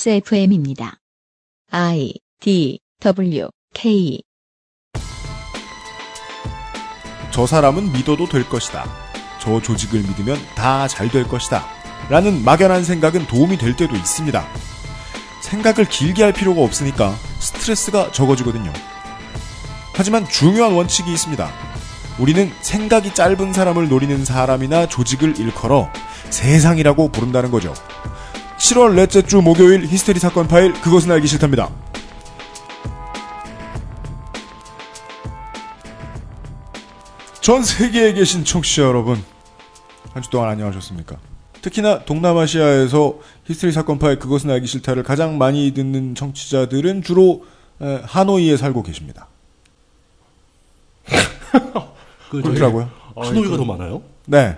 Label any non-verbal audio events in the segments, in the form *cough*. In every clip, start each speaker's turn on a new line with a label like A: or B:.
A: XSFM입니다. I D W K
B: 저 사람은 믿어도 될 것이다. 저 조직을 믿으면 다 잘 될 것이다. 라는 막연한 생각은 도움이 될 때도 있습니다. 생각을 길게 할 필요가 없으니까 스트레스가 적어지거든요. 하지만 중요한 원칙이 있습니다. 우리는 생각이 짧은 사람을 노리는 사람이나 조직을 일컬어 세상이라고 부른다는 거죠. 7월 넷째 주 목요일 히스테리 사건 파일 그것은 알기 싫답니다. 전 세계에 계신 청취자 여러분, 한 주 동안 안녕하셨습니까? 특히나 동남아시아에서 히스테리 사건 파일 그것은 알기 싫다를 가장 많이 듣는 청취자들은 주로 에, 하노이에 살고 계십니다.
C: 그 저희
B: 그렇더라고요.
C: 하노이가 더 많아요?
B: 네.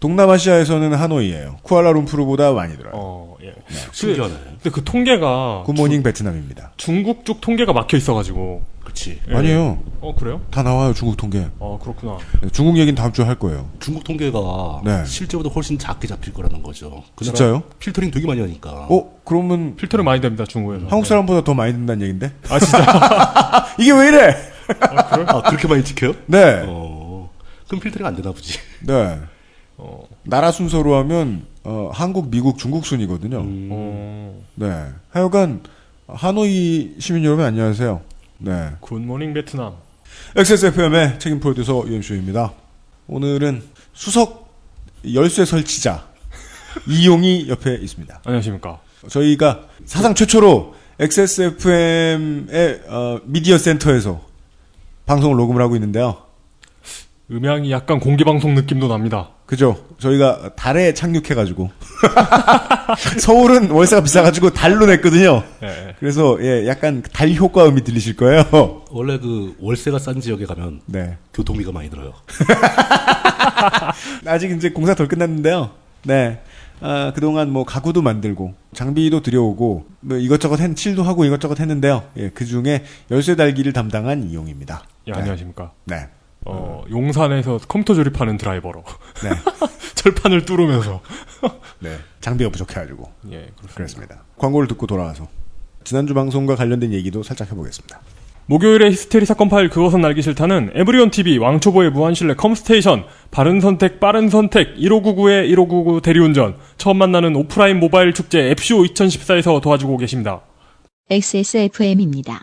B: 동남아시아에서는 하노이예요. 쿠알라룸푸르보다 많이 들어요.
D: 어, 예. 그,
C: 신기하네.
D: 근데 그 통계가
B: 굿모닝 베트남입니다.
D: 중국 쪽 통계가 막혀 있어가지고.
C: 그렇지.
D: 예.
B: 아니에요.
D: 어 그래요?
B: 다 나와요 중국 통계.
D: 아 그렇구나.
B: 네, 중국 얘기는 다음 주에 할 거예요.
C: 중국 통계가
B: 네.
C: 실제보다 훨씬 작게 잡힐 거라는 거죠. 그 나라
B: 진짜요?
C: 필터링 되게 많이 하니까.
B: 어 그러면
D: 필터를 많이 됩니다 중국에서.
B: 한국 사람보다 더 많이 든다는 얘긴데? 아 진짜? *laughs* 이게 왜 이래?
C: 아, 그렇게 많이 찍혀요?
B: 네.
C: 어. 그럼 필터링 안 되나 보지. *laughs*
B: 네.
D: 어.
B: 나라 순서로 하면 어, 한국, 미국, 중국 순이거든요.
D: 어,
B: 네. 하여간 하노이 시민 여러분 안녕하세요. 네.
D: 굿모닝 베트남.
B: XSFM의 책임 프로듀서 유엠쇼입니다. 오늘은 수석 열쇠 설치자 이용이 옆에 있습니다.
D: 안녕하십니까?
B: 저희가 사상 최초로 XSFM의 미디어 센터에서 방송을 녹음을 하고 있는데요.
D: 음향이 약간 공개 방송 느낌도 납니다.
B: 그죠? 저희가 달에 착륙해가지고 *laughs* 서울은 월세가 비싸가지고 달로 냈거든요.
D: 예, 예.
B: 그래서 예, 약간 달 효과음이 들리실 거예요. *laughs*
C: 원래 그 월세가 싼 지역에 가면
B: 네.
C: 교통비가 많이 들어요.
B: 아직 이제 공사 덜 끝났는데요. 네. 아, 그동안 뭐 가구도 만들고 장비도 들여오고 뭐 이것저것 한 칠도 하고 이것저것 했는데요. 예, 그 중에 열쇠 달기를 담당한 이용입니다.
D: 예,
B: 네.
D: 안녕하십니까?
B: 네.
D: 어, 용산에서 컴퓨터 조립하는 드라이버로
B: 네.
D: *laughs* 철판을 뚫으면서.
B: 네. 장비가 부족해 가지고
D: 예, 그렇습니다.
B: 그랬습니다. 광고를 듣고 돌아와서 지난주 방송과 관련된 얘기도 살짝 해 보겠습니다.
D: 목요일의 히스테리 사건 파일 그것은 알기 싫다는 에브리온 TV 왕초보의 무한실내 컴스테이션 바른 선택 빠른 선택 1599의 1599 대리운전 처음 만나는 오프라인 모바일 축제 앱쇼 2014에서 도와주고 계십니다.
A: XSFM입니다.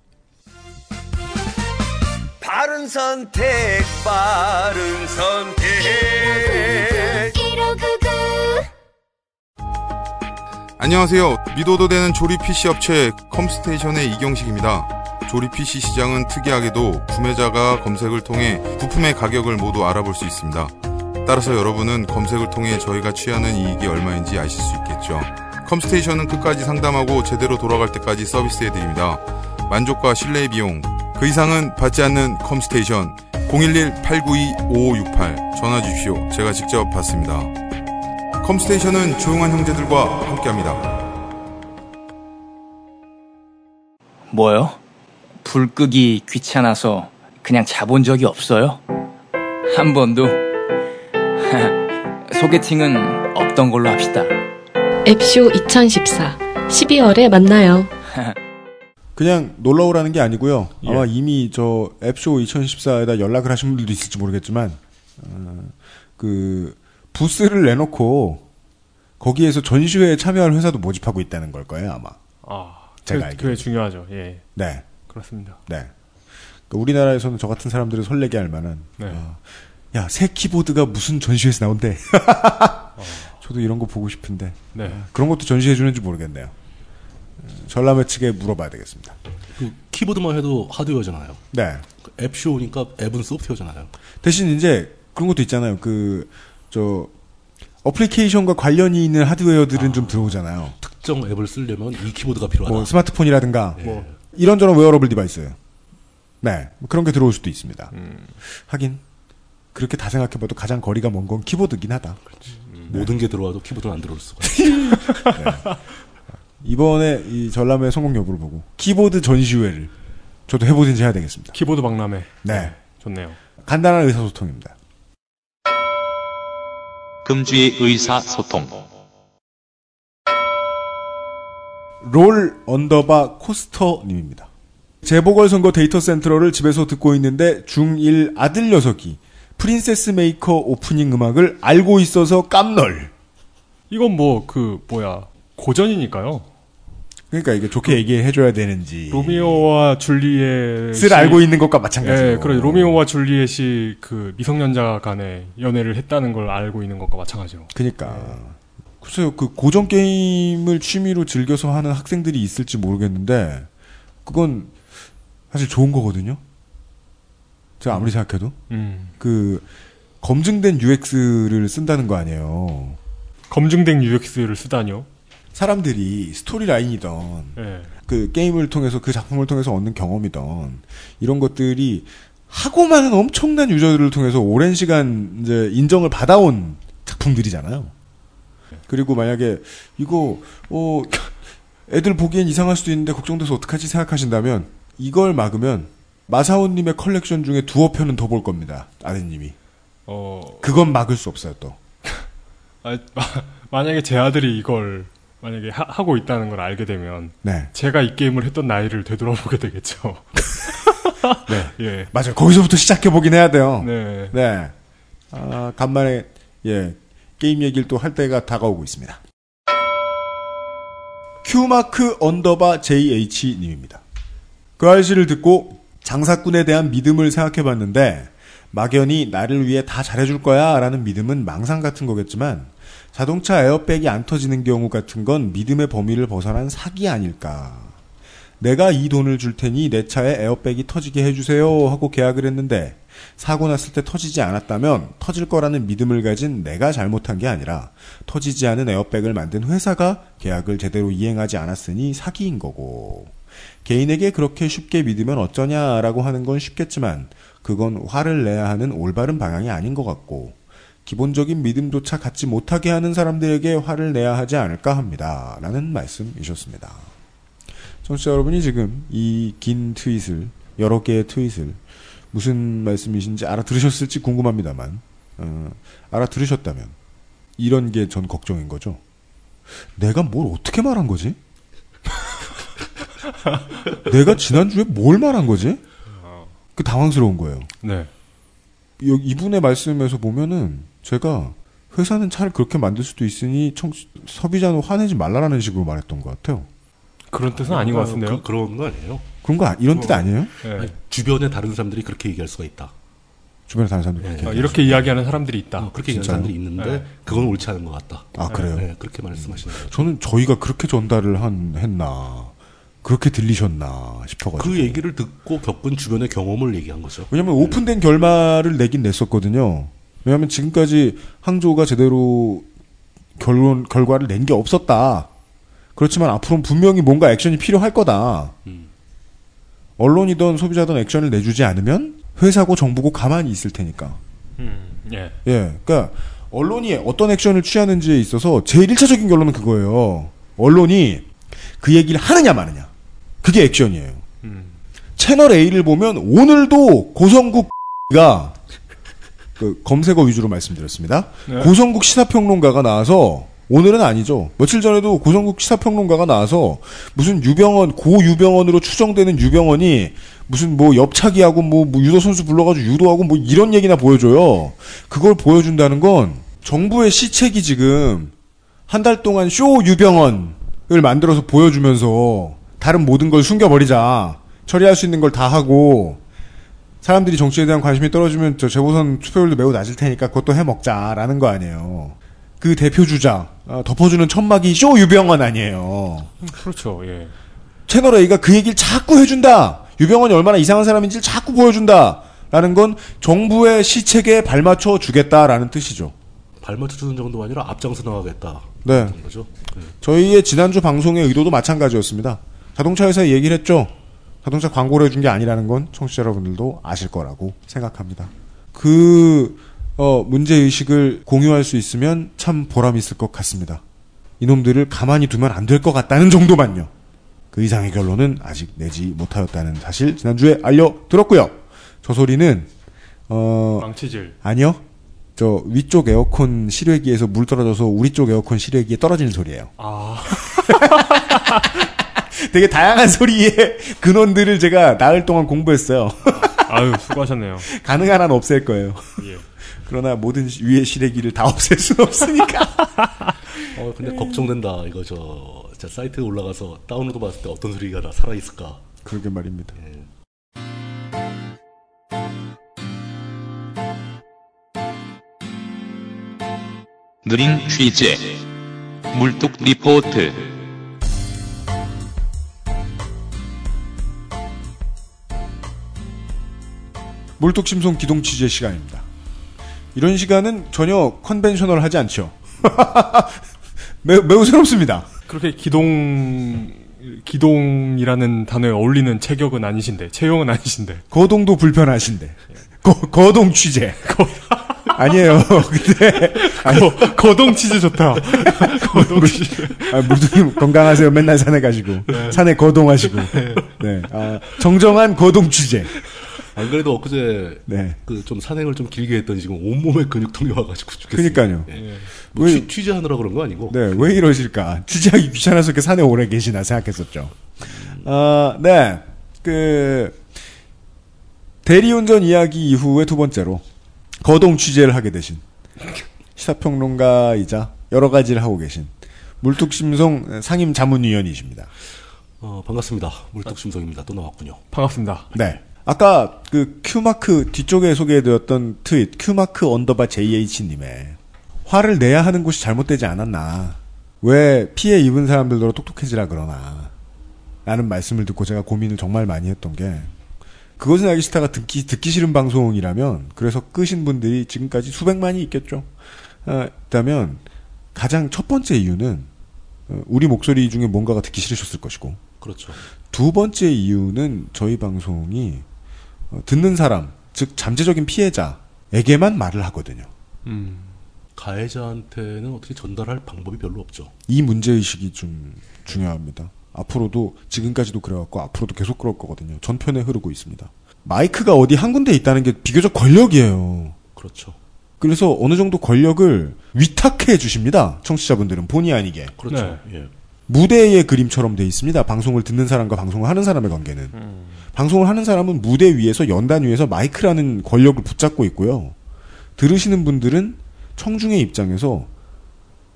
E: 바른 선택, 바른 선택.
F: 안녕하세요. 믿어도 되는 조립 PC 업체 컴스테이션의 이경식입니다. 조립 PC 시장은 특이하게도 구매자가 검색을 통해 부품의 가격을 모두 알아볼 수 있습니다. 따라서 여러분은 검색을 통해 저희가 취하는 이익이 얼마인지 아실 수 있겠죠. 컴스테이션은 끝까지 상담하고 제대로 돌아갈 때까지 서비스해드립니다. 만족과 신뢰의 비용. 그 이상은 받지 않는 컴스테이션. 011-892-5568. 전화 주십시오. 제가 직접 받습니다. 컴스테이션은 조용한 형제들과 함께합니다.
G: 뭐요? 불 끄기 귀찮아서 그냥 자본 적이 없어요? 한 번도? *laughs* 소개팅은 없던 걸로 합시다.
H: 앱쇼 2014 12월에
G: *laughs*
H: 만나요.
B: 그냥 놀러 오라는 게 아니고요. 아마 이미 저 앱쇼 2014에다 연락을 하신 분들도 있을지 모르겠지만 어, 그 부스를 내놓고 거기에서 전시회에 참여할 회사도 모집하고 있다는 걸 거예요 아마.
D: 아,
B: 제가
D: 그,
B: 알기로는.
D: 그게 중요하죠. 예,
B: 네,
D: 그렇습니다.
B: 네. 그러니까 우리나라에서는 저 같은 사람들을 설레게 할 만한.
D: 네.
B: 야 새 키보드가 무슨 전시회에서 나온대. *laughs* 저도 이런 거 보고 싶은데
D: 네,
B: 그런 것도 전시해 주는지 모르겠네요. 어, 전람회 측에 물어봐야 되겠습니다.
C: 그 키보드만 해도 하드웨어잖아요.
B: 네.
C: 그 앱쇼니까 앱은 소프트웨어잖아요.
B: 대신 이제 그런 것도 있잖아요. 그 저 어플리케이션과 관련이 있는 하드웨어들은 좀 들어오잖아요.
C: 특정 앱을 쓰려면 이 키보드가 필요하다.
B: 뭐 스마트폰이라든가 뭐 이런저런 웨어러블 디바이스. 네. 뭐 그런 게 들어올 수도 있습니다. 하긴 그렇게 다 생각해봐도 가장 거리가 먼 건 키보드긴 하다. 네.
C: 모든 게 들어와도 키보드는 안 들어올 수가.
B: 이번에 이 전람회 성공 여부를 보고 키보드 전시회를 저도 해보든지 해야 되겠습니다.
D: 키보드 박람회.
B: 네.
D: 좋네요.
B: 간단한 의사소통입니다.
I: 금주의 의사소통.
B: 롤 언더바 코스터님입니다. 재보궐선거 데이터 센트럴을 집에서 듣고 있는데 중1 아들 녀석이 프린세스 메이커 오프닝 음악을 알고 있어서 깜놀.
D: 이건 뭐, 그, 뭐야. 고전이니까요.
B: 그러니까 이게 좋게 얘기해줘야 되는지.
D: 로미오와 줄리엣.
B: 쓸 예. 알고 있는 네. 것과 마찬가지로.
D: 예, 그래. 로미오와 줄리엣이 그 미성년자 간에 연애를 했다는 걸 알고 있는 것과 마찬가지로.
B: 그니까. 글쎄요, 그 고전 게임을 취미로 즐겨서 하는 학생들이 있을지 모르겠는데, 그건 사실 좋은 거거든요? 제가 아무리 생각해도.
D: 음.
B: 그, 검증된 UX를 쓴다는 거 아니에요.
D: 검증된 UX를 쓰다뇨.
B: 사람들이 스토리 라인이던,
D: 예.
B: 그 게임을 통해서 그 작품을 통해서 얻는 경험이던 이런 것들이 하고 많은 엄청난 유저들을 통해서 오랜 시간 이제 인정을 받아온 작품들이잖아요. 그리고 만약에 이거 어 애들 보기엔 이상할 수도 있는데 걱정돼서 어떡하지 생각하신다면 이걸 막으면 마사오님의 컬렉션 중에 두어 편은 더 볼 겁니다. 아드님이
D: 어,
B: 그건 막을 수 없어요 또.
D: 아, 만약에 제 아들이 이걸 만약에 하, 하고 있다는 걸 알게 되면
B: 네,
D: 제가 이 게임을 했던 나이를 되돌아보게 되겠죠. *laughs* 네. 예.
B: 맞아요. 거기서부터 시작해 보긴 해야 돼요.
D: 네.
B: 네. 아, 간만에, 예, 게임 얘기를 또 할 때가 다가오고 있습니다. 큐마크 언더바 JH님입니다. 그 아저씨를 듣고 장사꾼에 대한 믿음을 생각해 봤는데, 막연히 나를 위해 다 잘해줄 거야 라는 믿음은 망상 같은 거겠지만, 자동차 에어백이 안 터지는 경우 같은 건 믿음의 범위를 벗어난 사기 아닐까. 내가 이 돈을 줄 테니 내 차에 에어백이 터지게 해주세요 하고 계약을 했는데, 사고 났을 때 터지지 않았다면 터질 거라는 믿음을 가진 내가 잘못한 게 아니라 터지지 않은 에어백을 만든 회사가 계약을 제대로 이행하지 않았으니 사기인 거고 개인에게 그렇게 쉽게 믿으면 어쩌냐라고 하는 건 쉽겠지만 그건 화를 내야 하는 올바른 방향이 아닌 것 같고 기본적인 믿음조차 갖지 못하게 하는 사람들에게 화를 내야 하지 않을까 합니다. 라는 말씀이셨습니다. 청취자 여러분이 지금 이 긴 트윗을 여러 개의 트윗을 무슨 말씀이신지 알아들으셨을지 궁금합니다만 어, 알아들으셨다면 이런 게 전 걱정인 거죠. 내가 뭘 어떻게 말한 거지? *laughs* 내가 지난주에 뭘 말한 거지? 그 당황스러운 거예요.
D: 네.
B: 여- 이분의 말씀에서 보면은 제가 회사는 차를 그렇게 만들 수도 있으니 청 소비자는 화내지 말라라는 식으로 말했던 것 같아요.
D: 그런 뜻은 아닌 것
C: 그,
D: 같은데요.
C: 그런 거 아니에요?
B: 그런 거 아- 이런 뜻 아니에요?
D: 예.
C: 아니, 주변에 다른 사람들이 그렇게 얘기할 수가 있다.
B: 주변에 다른 사람들
C: 네.
B: 그렇게.
D: 아, 이렇게 이야기하는 사람들이 있다.
C: 어, 그렇게 얘기하는
B: 뭐 진짜요?
C: 사람들이 있는데
D: 네.
C: 그건 옳지 않은 것 같다.
B: 아 그래요.
C: 네, 그렇게 말씀하시는 거예요.
B: 저는 저희가 그렇게 전달을 한 했나 그렇게 들리셨나 싶어가지고
C: 그 얘기를 듣고 겪은 주변의 경험을 얘기한 거죠.
B: 왜냐면 오픈된 결말을 내긴 냈었거든요. 왜냐면 지금까지 항조가 제대로 결론 결과를 낸 게 없었다. 그렇지만 앞으로는 분명히 뭔가 액션이 필요할 거다.
C: 음.
B: 언론이든 소비자든 액션을 내주지 않으면 회사고 정부고 가만히 있을 테니까.
D: 음, 예.
B: 예. 그러니까 언론이 어떤 액션을 취하는지에 있어서 제일 1차적인 결론은 그거예요. 언론이 그 얘기를 하느냐 마느냐. 그게 액션이에요. 채널 A를 보면 오늘도 고성국가 그 검색어 위주로 말씀드렸습니다. 고성국 시사평론가가 나와서 오늘은 아니죠. 며칠 전에도 고성국 시사평론가가 나와서 무슨 유병원 고 유병원으로 추정되는 유병원이 무슨 뭐 엽차기하고 뭐, 뭐 유도 선수 불러가지고 유도하고 뭐 이런 얘기나 보여줘요. 그걸 보여준다는 건 정부의 시책이 지금 한 달 동안 쇼 유병원을 만들어서 보여주면서 다른 모든 걸 숨겨버리자 처리할 수 있는 걸 다 하고 사람들이 정치에 대한 관심이 떨어지면 저 재보선 투표율도 매우 낮을 테니까 그것도 해먹자라는 거 아니에요. 그 대표 주자 어, 덮어주는 천막이 쇼 유병원 아니에요.
D: 그렇죠. 예.
B: 채널 A가 그 얘기를 자꾸 해준다. 유병원이 얼마나 이상한 사람인지를 자꾸 보여준다. 라는 건 정부의 시책에 발맞춰 주겠다라는 뜻이죠.
C: 발맞춰주는 정도가 아니라 앞장서 나가겠다.
B: 네.
C: 거죠.
B: 저희의 지난주 방송의 의도도 마찬가지였습니다. 자동차 회사에 얘기를 했죠. 자동차 광고를 해준 게 아니라는 건 청취자 여러분들도 아실 거라고 생각합니다. 그, 어, 문제의식을 공유할 수 있으면 참 보람이 있을 것 같습니다. 이놈들을 가만히 두면 안 될 것 같다는 정도만요. 그 이상의 결론은 아직 내지 못하였다는 사실 지난주에 알려들었고요. 저 소리는, 어,
D: 망치질.
B: 아니요. 저 위쪽 에어컨 실외기에서 물 떨어져서 우리 쪽 에어컨 실외기에 떨어지는 소리예요.
D: 아.
B: *laughs* 되게 다양한 소리의 근원들을 제가 나흘 동안 공부했어요. *laughs*
D: 아유, 수고하셨네요.
B: 가능한 한 없앨 거예요.
D: 예.
B: 그러나 모든 시- 위의 실외기를 다 없앨 수는 없으니까.
C: 어, 근데 걱정된다. 이거 저, 진짜 사이트에 올라가서 다운로드 받을 때 어떤 소리가 나 살아있을까.
B: 그러게 말입니다.
I: 느린 취재. 물뚝 리포트.
B: 물뚝심송 기동 취재 시간입니다. 이런 시간은 전혀 컨벤셔널 하지 않죠. *laughs* 매우, 매우 새롭습니다.
D: 그렇게 기동, 기동이라는 단어에 어울리는 체격은 아니신데, 체형은 아니신데.
B: 거동도 불편하신데. 거, 거동
D: *laughs*
B: 취재. 아니에요. 근데 아니,
D: 거, 거동 치즈 좋다. *laughs* 거동 치즈.
B: 아, 물두님 건강하세요. 맨날 산에 가시고
D: 네.
B: 산에 거동하시고. 네. 아, 정정한 거동 취재.
C: 안 그래도 엊그제
B: 네.
C: 그 좀 산행을 좀 길게 했더니 지금 온몸에 근육통이 와가지고 죽겠어요.
D: 예.
B: 그러니까요.
C: 뭐
B: 왜-
C: 취, 취재하느라 그런 거 아니고.
B: 네, 왜 이러실까? 취재하기 귀찮아서 이렇게 산에 오래 계시나 생각했었죠. 아, 네. 그, 대리운전 이야기 이후에 두 번째로, 거동 취재를 하게 되신, 시사평론가이자 여러 가지를 하고 계신, 물뚝심송 상임 자문위원이십니다.
C: 어, 반갑습니다.
B: 아.
C: 물뚝심성입니다. 또 나왔군요.
D: 반갑습니다.
B: 네. 아까 그 큐마크 뒤쪽에 소개해드렸던 트윗, 큐마크 언더바 JH님의 화를 내야 하는 곳이 잘못되지 않았나. 왜 피해 입은 사람들로 똑똑해지라 그러나. 라는 말씀을 듣고 제가 고민을 정말 많이 했던 게, 그것은 알기 싫다가 듣기, 듣기 싫은 방송이라면, 그래서 끄신 분들이 지금까지 수백만이 있겠죠. 아, 있다면, 가장 첫 번째 이유는, 어, 우리 목소리 중에 뭔가가 듣기 싫으셨을 것이고,
C: 그렇죠.
B: 두 번째 이유는 저희 방송이 어, 듣는 사람, 즉 잠재적인 피해자에게만 말을 하거든요.
D: 음.
C: 가해자한테는 어떻게 전달할 방법이 별로 없죠.
B: 이 문제 의식이 좀 중요합니다. 앞으로도 지금까지도 그래왔고 앞으로도 계속 그럴 거거든요. 전편에 흐르고 있습니다. 마이크가 어디 한 군데 있다는 게 비교적 권력이에요.
C: 그렇죠.
B: 그래서 어느 정도 권력을 위탁해 주십니다. 청취자분들은 본의 아니게
C: 그렇죠.
B: 네.
C: 예.
B: 무대의 그림처럼 돼 있습니다. 방송을 듣는 사람과 방송을 하는 사람의 관계는. 방송을 하는 사람은 무대 위에서 연단 위에서 마이크라는 권력을 붙잡고 있고요. 들으시는 분들은 청중의 입장에서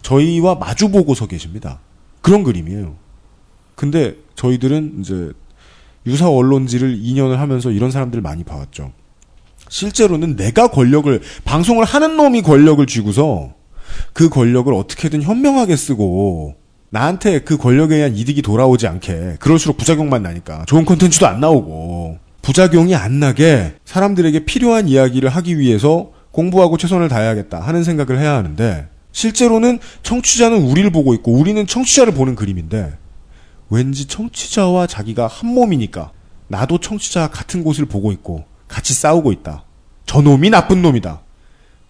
B: 저희와 마주보고 서 계십니다. 그런 그림이에요. 근데 저희들은 이제 유사 언론지를 2년을 하면서 이런 사람들 많이 봐왔죠. 실제로는 내가 권력을 방송을 하는 놈이 권력을 쥐고서 그 권력을 어떻게든 현명하게 쓰고 나한테 그 권력에 의한 이득이 돌아오지 않게 그럴수록 부작용만 나니까 좋은 콘텐츠도 안 나오고 부작용이 안 나게 사람들에게 필요한 이야기를 하기 위해서 공부하고 최선을 다해야겠다 하는 생각을 해야 하는데 실제로는 청취자는 우리를 보고 있고 우리는 청취자를 보는 그림인데 왠지 청취자와 자기가 한 몸이니까 나도 청취자 같은 곳을 보고 있고 같이 싸우고 있다. 저놈이 나쁜 놈이다.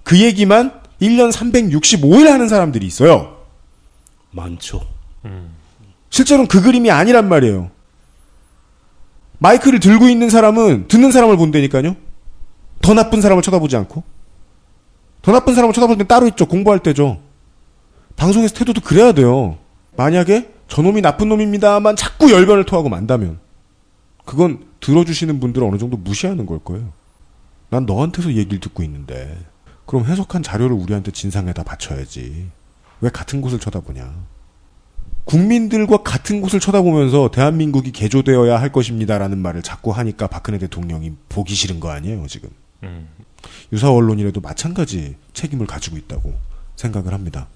B: 그 얘기만 1년 365일 하는 사람들이 있어요.
C: 많죠.
B: 실제로는 그 그림이 아니란 말이에요. 마이크를 들고 있는 사람은 듣는 사람을 본다니까요. 더 나쁜 사람을 쳐다보지 않고. 더 나쁜 사람을 쳐다볼 땐 따로 있죠. 공부할 때죠. 방송에서 태도도 그래야 돼요. 만약에 저놈이 나쁜 놈입니다만 자꾸 열변을 토하고 만다면 그건 들어주시는 분들을 어느 정도 무시하는 걸 거예요. 난 너한테서 얘기를 듣고 있는데 그럼 해석한 자료를 우리한테 진상에다 바쳐야지. 왜 같은 곳을 쳐다보냐. 국민들과 같은 곳을 쳐다보면서 대한민국이 개조되어야 할 것입니다라는 말을 자꾸 하니까 박근혜 대통령이 보기 싫은 거 아니에요, 지금. 유사 언론이라도 마찬가지 책임을 가지고 있다고 생각을 합니다.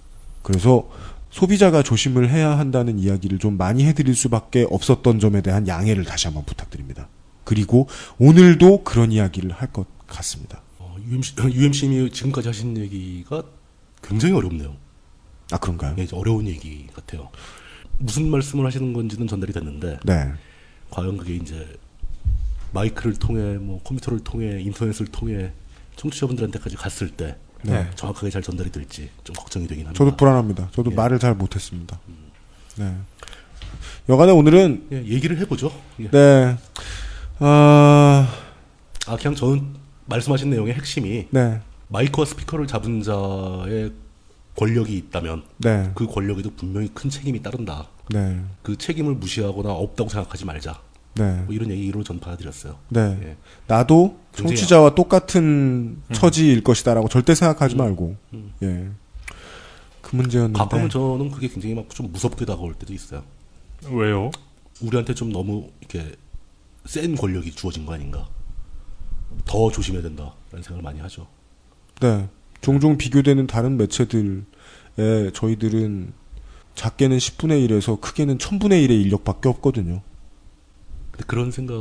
B: 그래서 소비자가 조심을 해야 한다는 이야기를 좀 많이 해드릴 수밖에 없었던 점에 대한 양해를 다시 한번 부탁드립니다. 그리고 오늘도 그런 이야기를 할 것 같습니다.
C: 어, UMC, UMC님이 지금까지 하신 얘기가 굉장히 어렵네요.
B: 아 그런가요?
C: 예, 이제 어려운 얘기 같아요. 무슨 말씀을 하시는 건지는 전달이 됐는데
B: 네.
C: 과연 그게 이제 마이크를 통해 뭐 컴퓨터를 통해 인터넷을 통해 청취자분들한테까지 갔을 때
B: 네.
C: 정확하게 잘 전달이 될지 좀 걱정이 되긴 합니다.
B: 저도 불안합니다. 저도 말을 잘 못했습니다. 네. 여간에 오늘은
C: 예, 얘기를 해보죠. 예.
B: 네. 아,
C: 아 그냥 저는 말씀하신 내용의 핵심이
B: 네.
C: 마이크와 스피커를 잡은 자의 권력이 있다면
B: 네.
C: 그 권력에도 분명히 큰 책임이 따른다.
B: 네.
C: 그 책임을 무시하거나 없다고 생각하지 말자.
B: 네.
C: 뭐 이런 얘기로 전 받아들였어요.
B: 네.
C: 예.
B: 나도
C: 굉장히
B: 청취자와 똑같은 처지일 것이다라고 절대 생각하지 말고. 예. 그 문제였는데.
C: 가끔은 저는 그게 굉장히 막 좀 무섭게 다가올 때도 있어요.
D: 왜요?
C: 우리한테 좀 너무 이렇게 센 권력이 주어진 거 아닌가. 더 조심해야 된다라는 생각을 많이 하죠.
B: 네. 종종 비교되는 다른 매체들에 저희들은 작게는 10분의 1에서 크게는 1000분의 1의 인력밖에 없거든요.
C: 근데 그런 생각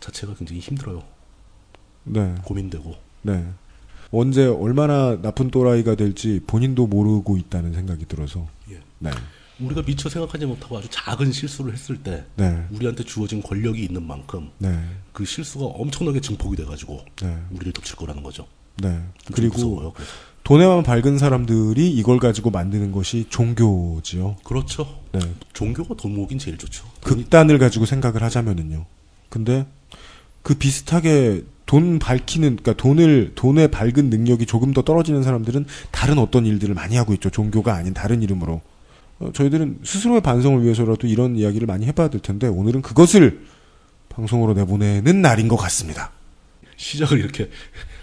C: 자체가 굉장히 힘들어요.
B: 네.
C: 고민되고.
B: 네. 언제 얼마나 나쁜 또라이가 될지 본인도 모르고 있다는 생각이 들어서.
C: 예.
B: 네.
C: 우리가 미처 생각하지 못하고 아주 작은 실수를 했을 때
B: 네.
C: 우리한테 주어진 권력이 있는 만큼
B: 네.
C: 그 실수가 엄청나게 증폭이 돼가지고
B: 네.
C: 우리를 덮칠 거라는 거죠.
B: 네.
C: 좀
B: 그리고
C: 무서워요. 그래서.
B: 돈에만 밝은 사람들이 이걸 가지고 만드는 것이 종교지요.
C: 그렇죠.
B: 네.
C: 종교가 돈 모으긴 제일 좋죠.
B: 극단을 가지고 생각을 하자면은요. 근데 그 비슷하게 돈 밝히는 그러니까 돈을 돈의 밝은 능력이 조금 더 떨어지는 사람들은 다른 어떤 일들을 많이 하고 있죠. 종교가 아닌 다른 이름으로. 어, 저희들은 스스로의 반성을 위해서라도 이런 이야기를 많이 해봐야 될 텐데 오늘은 그것을 방송으로 내보내는 날인 것 같습니다.
C: 시작을 이렇게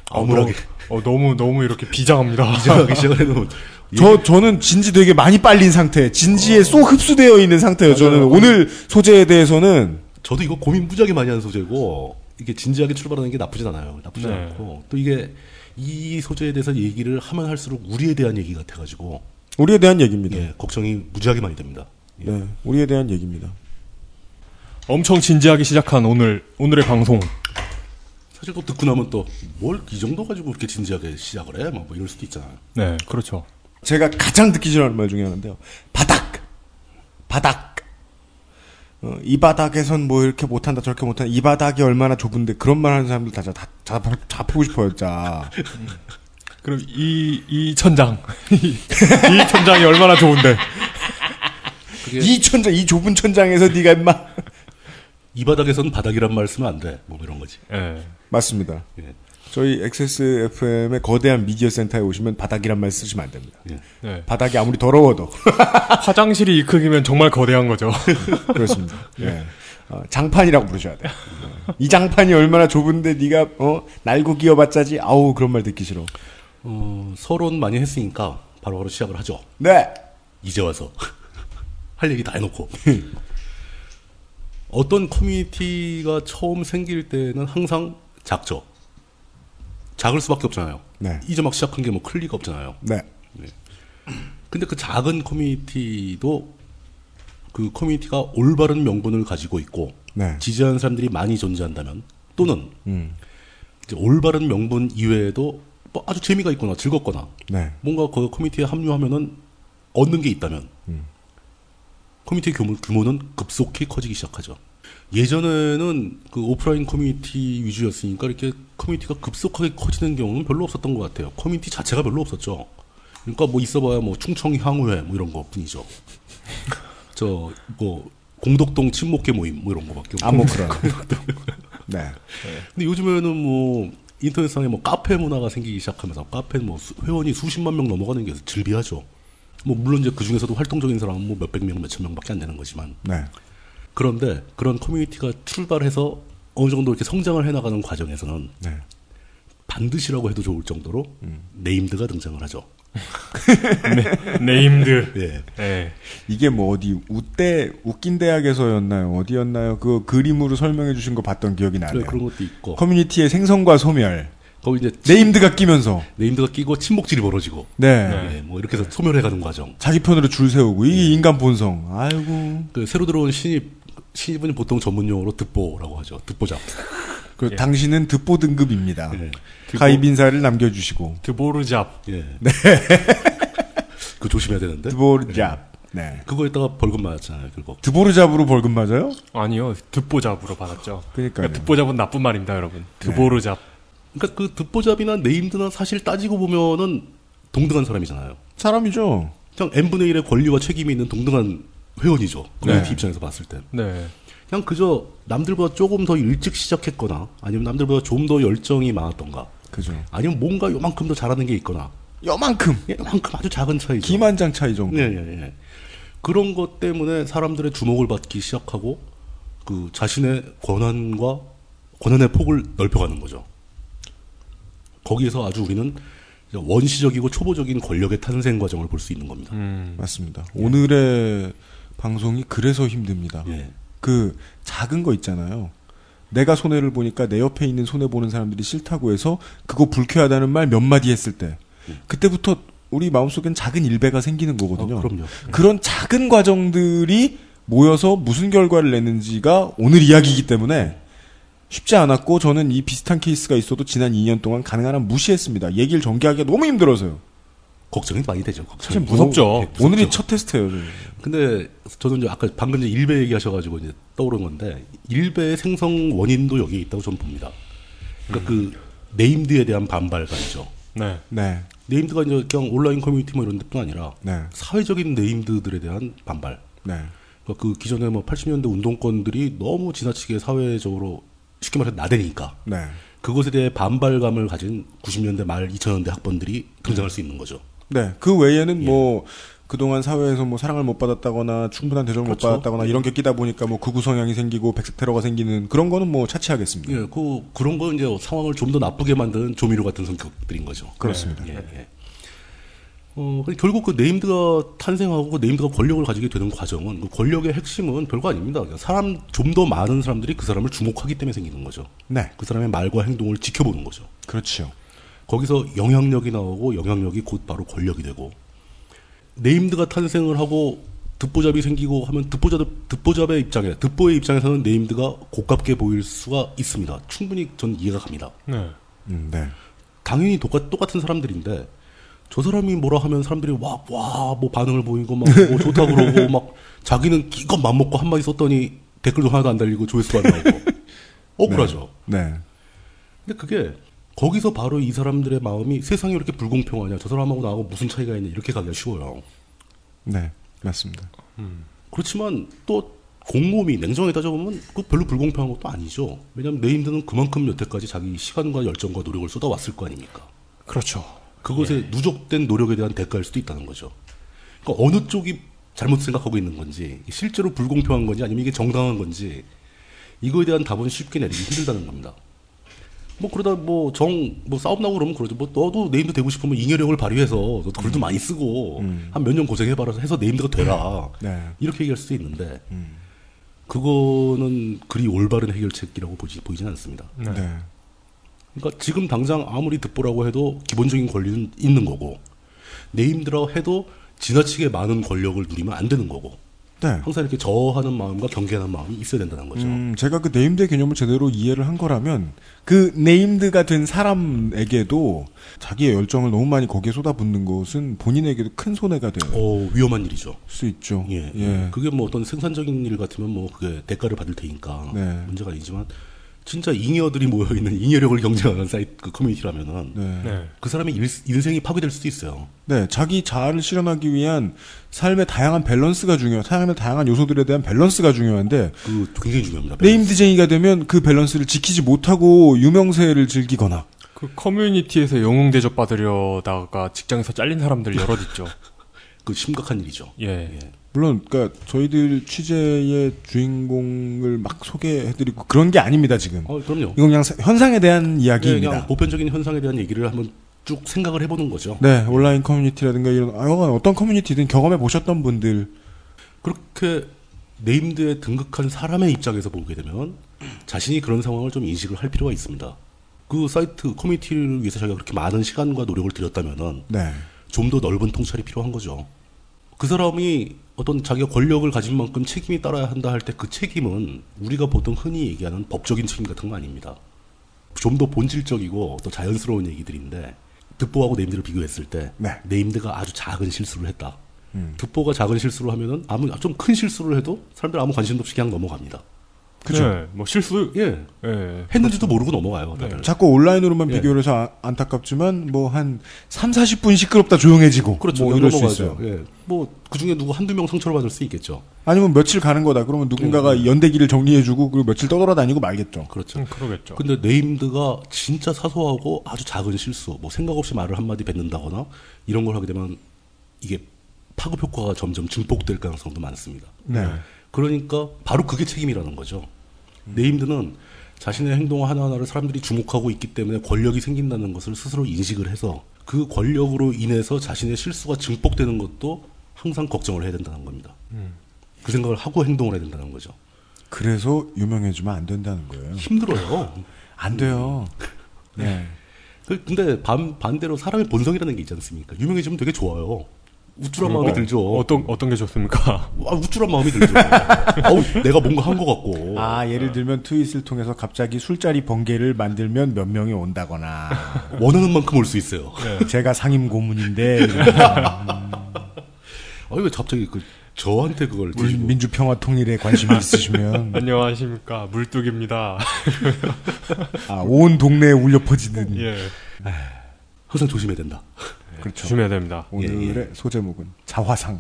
C: 암울하게 *laughs*
D: 어, 너무 너무 이렇게 비장합니다. *laughs*
C: 시작하기 시작을 해놓으면
B: 저 저는 진지 되게 많이 빨린 상태, 진지에 쏙 흡수되어 있는 상태예요. 저는 오늘 소재에 대해서는
C: 저도 이거 고민 무지하게 많이 하는 소재고 이게 진지하게 출발하는 게 나쁘진 않아요. 나쁘진
D: 네.
C: 않고 또 이게 이 소재에 대해서 얘기를 하면 할수록 우리에 대한 얘기 같아가지고
B: 우리에 대한 얘기입니다.
C: 예, 걱정이 무지하게 많이 됩니다. 예.
B: 네, 우리에 대한 얘기입니다.
D: 엄청 진지하게 시작한 오늘 오늘의 방송.
C: 사실 또 듣고 나면 또 뭘 이 정도 가지고 그렇게 진지하게 시작을 해? 막뭐 이럴 수도 있잖아요.
D: 네, 그렇죠.
B: 제가 가장 듣기 싫어하는 말 중에 하나인데요. 바닥! 바닥! 어, 이 바닥에선 뭐 이렇게 못한다 저렇게 못한다 이 바닥이 얼마나 좁은데 그런 말 하는 사람들 다, 자- 다, 다 잡히고 싶어요 자
D: 그럼 이, 이 천장. *laughs* 이, 이 천장이 얼마나 좋은데.
B: 이 천장 이 좁은 천장에서 네가 임마 *laughs*
C: 이 바닥에서는 바닥이란 말 쓰면 안 돼. 뭐 이런 거지.
D: 예.
B: 맞습니다
C: 예.
B: 저희 XSFM의 거대한 미디어 센터에 오시면 바닥이란 말 쓰시면 안 됩니다
C: 예.
D: 네.
B: 바닥이 아무리 더러워도 *laughs*
D: 화장실이 이 크기면 정말 거대한 거죠. *laughs*
B: 그렇습니다. 예. 어, 장판이라고 부르셔야 돼요. 이 장판이 얼마나 좁은데 네가 어 날고 기어봤자지 아우 그런 말 듣기 싫어.
C: 어, 서론 많이 했으니까 바로바로 시작을 하죠.
B: 네.
C: 이제 와서 *laughs* 할 얘기 다 해놓고 *laughs* 어떤 커뮤니티가 처음 생길 때는 항상 작죠. 작을 수밖에 없잖아요.
B: 네.
C: 이제 막 시작한 게 뭐 클릭 없잖아요.
B: 네.
C: 근데 그 작은 커뮤니티도 그 커뮤니티가 올바른 명분을 가지고 있고
B: 네.
C: 지지하는 사람들이 많이 존재한다면 또는
B: 음.
C: 이제 올바른 명분 이외에도 뭐 아주 재미가 있거나 즐겁거나
B: 네.
C: 뭔가 그 커뮤니티에 합류하면은 얻는 게 있다면 커뮤니티 그 규모, 규모는 급속히 커지기 시작하죠. 예전에는 그 오프라인 커뮤니티 위주였으니까 이렇게 커뮤니티가 급속하게 커지는 경우는 별로 없었던 것 같아요. 커뮤니티 자체가 별로 없었죠. 그러니까 뭐 있어봐야 뭐 충청 향후회 뭐 이런 것 뿐이죠. *laughs* 저 뭐 공덕동 친목계 모임 뭐 이런 거밖에 없고. *laughs*
B: 암모크라. 네.
C: 근데 요즘에는 뭐 인터넷상에 뭐 카페 문화가 생기기 시작하면서 카페 뭐 수- 회원이 수십만 명 넘어가는 게 즐비하죠. 뭐 물론 이제 그 중에서도 활동적인 사람은 뭐 몇백 명, 몇천 명밖에 안 되는 거지만
B: 네.
C: 그런데 그런 커뮤니티가 출발해서 어느 정도 이렇게 성장을 해나가는 과정에서는
B: 네.
C: 반드시라고 해도 좋을 정도로
B: 음.
C: 네임드가 등장을 하죠.
D: 네임드.
C: 예.
D: 예.
B: 이게 뭐 어디 우대 웃긴 대학에서였나요? 어디였나요? 그 그림으로 설명해 주신 거 봤던 기억이 나네요.
C: 그런 것도 있고
B: 커뮤니티의 생성과 소멸.
C: 거기 이제
B: 네임드가 끼면서
C: 네임드가 끼고 친목질이 벌어지고
B: 네.
C: 예, 뭐 이렇게 해서 소멸해가는 과정.
B: 자기 편으로 줄 세우고 이게
C: 네.
B: 인간 본성. 아이고.
C: 그 새로 들어온 신입 신입은 보통 전문 용어로 득보라고 하죠. 득보자.
B: 그 당신은 듣보 등급입니다.
C: 예.
B: 네? 가입 인사를 남겨주시고
D: 드보르잡.
C: 예. *laughs* 그 조심해야 되는데.
B: 드보르잡. 네.
C: 그거에다가 벌금 맞았잖아요, 결국.
B: 드보르잡으로 벌금 맞아요?
D: 아니요, 듣보잡으로 받았죠.
B: 그러니까요.
D: 그러니까 듣보잡은 나쁜 말입니다, 여러분.
C: 네.
D: 드보르잡.
C: 그러니까 그 듣보잡이나 네임드나 사실 따지고 보면은 동등한 사람이잖아요.
B: 사람이죠.
C: 그냥 n분의 1의 권리와 책임이 있는 동등한 회원이죠. 커뮤니티
B: 네.
C: 입장에서 봤을 때.
D: 네.
C: 그냥 그저 남들보다 조금 더 일찍 시작했거나 아니면 남들보다 좀 더 열정이 많았던가
B: 그죠.
C: 아니면 뭔가 요만큼 더 잘하는 게 있거나
B: 요만큼.
C: 요만큼 아주 작은 차이죠.
B: 기만장 차이 정도.
C: 네, 네, 네. 그런 것 때문에 사람들의 주목을 받기 시작하고 그 자신의 권한과 권한의 폭을 넓혀가는 거죠. 거기에서 아주 우리는 이제 원시적이고 초보적인 권력의 탄생 과정을 볼 수 있는 겁니다.
B: 음. 맞습니다. 오늘의 방송이 그래서 힘듭니다.
C: 예.
B: 그 작은 거 있잖아요. 내가 손해를 보니까 내 옆에 있는 손해 보는 사람들이 싫다고 해서 그거 불쾌하다는 말 몇 마디 했을 때 그때부터 우리 마음속엔 작은 일배가 생기는 거거든요.
C: 어, 그럼요.
B: 런 작은 과정들이 모여서 무슨 결과를 내는지가 오늘 이야기이기 때문에 쉽지 않았고 저는 이 비슷한 케이스가 있어도 지난 2년 동안 가능한 한 무시했습니다. 얘기를 전개하기가 너무 힘들어서요.
C: 걱정이 많이 되죠.
B: 사실
C: 걱정이. 예.
D: 무섭죠.
B: 뭐, 오늘이 첫 테스트예요. 저는.
C: 근데 저는 이제 아까 방금 이제 일배 얘기하셔가지고 이제 떠오른 건데 일배의 생성 원인도 여기에 있다고 저는 봅니다. 그러니까
B: 음.
C: 그 네임드에 대한 반발감이죠.
D: 네.
B: 네,
C: 네임드가 이제 그냥 온라인 커뮤니티 뭐 이런 데뿐 아니라
B: 네,
C: 사회적인 네임드들에 대한 반발.
B: 네.
C: 그러니까 그 기존에 뭐 80년대 운동권들이 너무 지나치게 사회적으로 쉽게 말해서 나대니까
B: 네.
C: 그것에 대해 반발감을 가진 90년대 말 2000년대 학번들이 등장할 수 있는 거죠.
B: 네. 그 외에는
C: 예.
B: 뭐 그동안 사회에서 뭐 사랑을 못 받았다거나 충분한 대접을
C: 그렇죠.
B: 못 받았다거나 이런 게 끼다 보니까 뭐 극우 성향이 생기고 백색 테러가 생기는 그런 거는 뭐 차치하겠습니다.
C: 예, 그 그런 거 이제 상황을 좀 더 나쁘게 만드는 조미료 같은 성격들인 거죠.
B: 그렇습니다.
C: 예, 예. 어, 근데 결국 그 네임드가 탄생하고 그 네임드가 권력을 가지게 되는 과정은 그 권력의 핵심은 별거 아닙니다. 그냥 사람 좀 더 많은 사람들이 그 사람을 주목하기 때문에 생기는 거죠.
B: 네.
C: 그 사람의 말과 행동을 지켜보는 거죠.
B: 그렇죠.
C: 거기서 영향력이 나오고 영향력이 곧 바로 권력이 되고 네임드가 탄생을 하고 듣보잡이 생기고 하면 듣보잡 듣보잡의 입장에 듣보의 입장에서는 네임드가 고깝게 보일 수가 있습니다. 충분히 전 이해가 갑니다.
D: 네.
B: 음, 네.
C: 당연히 똑같, 똑같은 사람들인데 저 사람이 뭐라 하면 사람들이 와와뭐 반응을 보이고 막 뭐 좋다 그러고 막 자기는 기껏 맘먹고 한마디 썼더니 댓글도 하나도 안 달리고 조회수도 안 나오고 억울하죠.
B: 네.
C: 근데 그게 거기서 바로 이 사람들의 마음이 세상이 이렇게 불공평하냐 저 사람하고 나하고 무슨 차이가 있냐 이렇게 가기가 쉬워요.
B: 네. 맞습니다.
C: 그렇지만 또 곰곰이 냉정히 따져보면 그 별로 불공평한 것도 아니죠. 왜냐하면 네임드는 그만큼 여태까지 자기 시간과 열정과 노력을 쏟아왔을 거 아닙니까.
D: 그렇죠.
C: 그것에 누적된 노력에 대한 대가일 수도 있다는 거죠. 그러니까 어느 쪽이 잘못 생각하고 있는 건지, 실제로 불공평한 건지, 아니면 이게 정당한 건지, 이거에 대한 답은 쉽게 내리기 힘들다는 겁니다. 뭐 그러다 뭐 정 뭐 싸움 나고 그러면 그러죠. 뭐 너도 네임드 되고 싶으면 잉여력을 발휘해서 너도 글도 많이 쓰고 한 몇 년 고생해봐라 해서 네임드가 되라
B: 네.
C: 이렇게 얘기할 수도 있는데 그거는 그리 올바른 해결책이라고 보지 보이진 않습니다.
B: 네. 네.
C: 그러니까 지금 당장 아무리 듣보라고 해도 기본적인 권리는 있는 거고 네임드라고 해도 지나치게 많은 권력을 누리면 안 되는 거고 항상 이렇게 저하는 마음과 경계하는 마음이 있어야 된다는 거죠.
B: 음, 제가 그 네임드의 개념을 제대로 이해를 한 거라면 그 네임드가 된 사람에게도 자기의 열정을 너무 많이 거기에 쏟아붓는 것은 본인에게도 큰 손해가 될 수
C: 어, 위험한 일이죠.
B: 있죠.
C: 예. 그게 뭐 어떤 생산적인 일 같으면 뭐 그게 대가를 받을 테니까
B: 네.
C: 문제가 아니지만 진짜 잉여들이 모여 있는 잉여력을 경쟁하는 사이트 그 커뮤니티라면은
B: 네.
D: 네.
C: 그 사람의 일, 인생이 파괴될 수도 있어요.
B: 네, 자기 자아를 실현하기 위한 삶의 다양한 밸런스가 중요해요. 삶의 다양한 요소들에 대한 밸런스가 중요한데
C: 그 굉장히 중요합니다.
B: 네임드쟁이가 되면 그 밸런스를 지키지 못하고 유명세를 즐기거나
D: 그 커뮤니티에서 영웅 대접 받으려다가 직장에서 잘린 사람들 여럿 있죠.
C: 그 심각한 일이죠. *laughs*
D: 예.
B: 물론 그러니까 저희들 취재의 주인공을 막 소개해드리고 그런 게 아닙니다 지금.
C: 어, 그럼요.
B: 이건 그냥 사- 현상에 대한
C: 예, 그냥
B: 이야기입니다.
C: 보편적인 현상에 대한 얘기를 한번 쭉 생각을 해보는 거죠.
B: 네, 온라인 커뮤니티라든가 이런 아, 어떤 커뮤니티든 경험해 보셨던 분들
C: 그렇게 네임드에 등극한 사람의 입장에서 보게 되면 자신이 그런 상황을 좀 인식을 할 필요가 있습니다. 그 사이트 커뮤니티를 위해서 저희가 그렇게 많은 시간과 노력을 들였다면은
B: 네,
C: 좀 더 넓은 통찰이 필요한 거죠. 그 사람이 어떤 자기가 권력을 가진 만큼 책임이 따라야 한다 할 때 그 책임은 우리가 보통 흔히 얘기하는 법적인 책임 같은 거 아닙니다. 좀 더 본질적이고 또 자연스러운 얘기들인데 득보하고 네임드를 비교했을 때 네임드가 음. 아주 작은 실수를 했다. 득보가 작은 실수를 하면은 아무 좀 큰 실수를 해도 사람들 아무 관심도 없이 그냥 넘어갑니다.
D: 그죠? 네, 뭐 실수
C: 예.
D: 예.
C: 했는지도 모르고 넘어가요. 다들.
B: 자꾸 온라인으로만
C: 네.
B: 비교를 해서 아- 안타깝지만 뭐 한 3, 40분 시끄럽다 조용해지고
C: 그렇죠.
B: 뭐
C: 그냥
B: 이럴 수
C: 넘어가죠.
B: 있어요.
C: 예. 뭐그 중에 누구 한두 명 상처를 받을 수 있겠죠.
B: 아니면 며칠 가는 거다. 그러면 누군가가 연대기를 정리해주고 그리고 며칠 떠돌아다니고 말겠죠.
C: 그렇죠.
D: 그러겠죠.
C: 근데 네임드가 진짜 사소하고 아주 작은 실수, 뭐 생각 없이 말을 한마디 뱉는다거나 이런 걸 하게 되면 이게 파급 효과가 점점 증폭될 가능성도 많습니다.
B: 네.
C: 그러니까 바로 그게 책임이라는 거죠.
B: 음.
C: 네임드는 자신의 행동 하나하나를 사람들이 주목하고 있기 때문에 권력이 생긴다는 것을 스스로 인식을 해서 그 권력으로 인해서 자신의 실수가 증폭되는 것도 항상 걱정을 해야 된다는 겁니다.
B: 음.
C: 그 생각을 하고 행동을 해야 된다는 거죠.
B: 그래서 유명해지면 안 된다는 거예요.
C: 힘들어요.
B: 안 돼요. 네.
C: 그- 근데 반, 반대로 사람의 본성이라는 게 있지 않습니까? 유명해지면 되게 좋아요. 우쭐한 마음이
D: 어,
C: 들죠.
D: 어떤 어떤 게 좋습니까?
C: 아, 우쭐한 마음이 들죠. *laughs* 어우, 내가 뭔가 한 것 같고.
B: 아 예를 들면 트윗을 통해서 갑자기 술자리 번개를 만들면 몇 명이 온다거나
C: 원하는 만큼 올 수 있어요.
B: 제가 상임 고문인데
C: 아니, 왜 갑자기 그, 저한테 그걸
B: 우리
C: 뒤집어.
B: 민주평화 통일에 관심이 있으시면
D: *laughs* 안녕하십니까 *laughs* 물뚝입니다.
B: 아, 온 동네에 울려 퍼지는
D: 예.
C: 항상 조심해야 된다.
B: 그렇죠.
D: 조심해야 됩니다.
B: 오늘의 소제목은 자화상.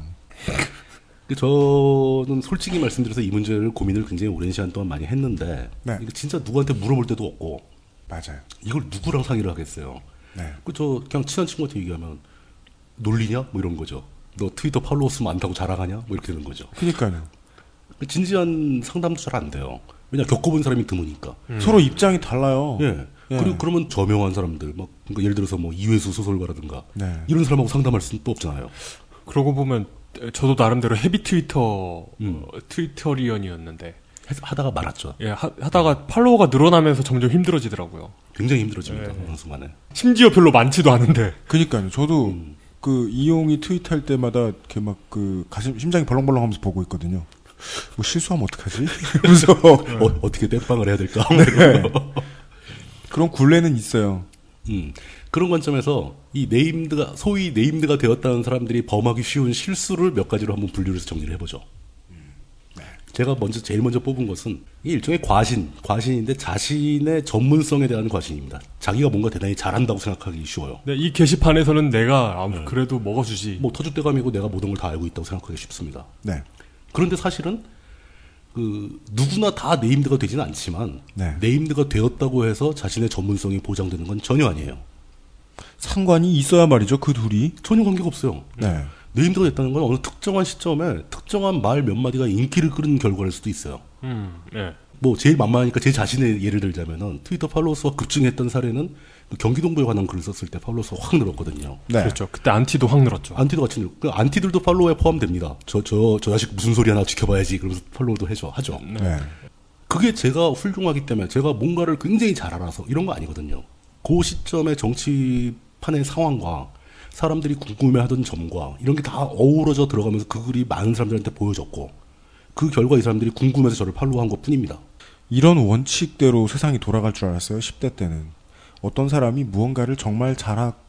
C: 그 저는 솔직히 말씀드려서 이 문제를 고민을 굉장히 오랜 시간 동안 많이 했는데
B: 네.
C: 이거 진짜 누구한테 물어볼 때도 없고
B: 맞아요.
C: 이걸 누구랑 상의를 하겠어요.
B: 네.
C: 그 저 그냥 친한 친구한테 얘기하면 놀리냐 뭐 이런 거죠. 너 트위터 팔로워 수 많다고 자랑하냐 뭐 이렇게 되는 거죠.
B: 그니까요.
C: 그 진지한 상담도 잘 안 돼요. 왜냐 겪어본 사람이 드무니까.
B: 서로 입장이 달라요.
C: 예. 그리고 그러면 저명한 사람들 막 그러니까 예를 들어서 뭐 이회수 소설가라든가
B: 네.
C: 이런 사람하고 상담할 수는 또 없잖아요.
D: 그러고 보면 저도 나름대로 헤비 트위터
C: 음.
D: 어, 트위터리언이었는데
C: 해서 하다가 말았죠.
D: 예, 하, 하다가 팔로워가 늘어나면서 점점 힘들어지더라고요.
C: 굉장히 힘들어집니다. 어느 순간에.
D: 심지어 별로 많지도 않은데.
B: 그니까요. 저도
D: 음.
B: 그 이용이 트윗할 때마다 이렇게 막 그 가슴 심장이 벌렁벌렁하면서 보고 있거든요. 뭐 실수하면 어떡하지? *laughs* 그래서 *laughs*
C: 어, 어떻게 땜빵을 해야 될까?
B: 그런 굴레는 있어요.
C: 음, 그런 관점에서 이 네임드가 소위 네임드가 되었다는 사람들이 범하기 쉬운 실수를 몇 가지로 한번 분류를 해서 정리를 해보죠. 제가 먼저 제일 먼저 뽑은 것은 이 일종의 과신, 과신인데 자신의 전문성에 대한 과신입니다. 자기가 뭔가 대단히 잘한다고 생각하기 쉬워요.
D: 네, 이 게시판에서는 내가 아무 그래도 먹어주지.
C: 뭐 터줏대감이고 내가 모든 걸 다 알고 있다고 생각하기 쉽습니다.
B: 네.
C: 그런데 사실은 그 누구나 다 네임드가 되지는 않지만
B: 네.
C: 네임드가 되었다고 해서 자신의 전문성이 보장되는 건 전혀 아니에요.
B: 상관이 있어야 말이죠. 그 둘이.
C: 전혀 관계가 없어요.
B: 네.
C: 네임드가 됐다는 건 어느 특정한 시점에 특정한 말 몇 마디가 인기를 끄는 결과일 수도 있어요.
D: 음, 예.
C: 뭐 제일 만만하니까 제 자신의 예를 들자면은 트위터 팔로워 수가 급증했던 사례는 그 경기동부에 관한 글을 썼을 때 팔로워 수가 확 늘었거든요.
B: 네.
D: 그렇죠. 그때 안티도 확 늘었죠.
C: 안티도 같이 늘. 그 안티들도 팔로워에 포함됩니다. 저 저 저 자식 무슨 소리 하나 지켜봐야지. 그러면서 팔로워도 해줘 하죠.
B: 네.
C: 그게 제가 훌륭하기 때문에 제가 뭔가를 굉장히 잘 알아서 이런 거 아니거든요. 그 시점의 정치판의 상황과 사람들이 궁금해하던 점과 이런 게 다 어우러져 들어가면서 그 글이 많은 사람들한테 보여졌고 그 결과 이 사람들이 궁금해서 저를 팔로우한 것 뿐입니다.
B: 이런 원칙대로 세상이 돌아갈 줄 알았어요. 10대 때는. 어떤 사람이 무언가를 정말 잘했고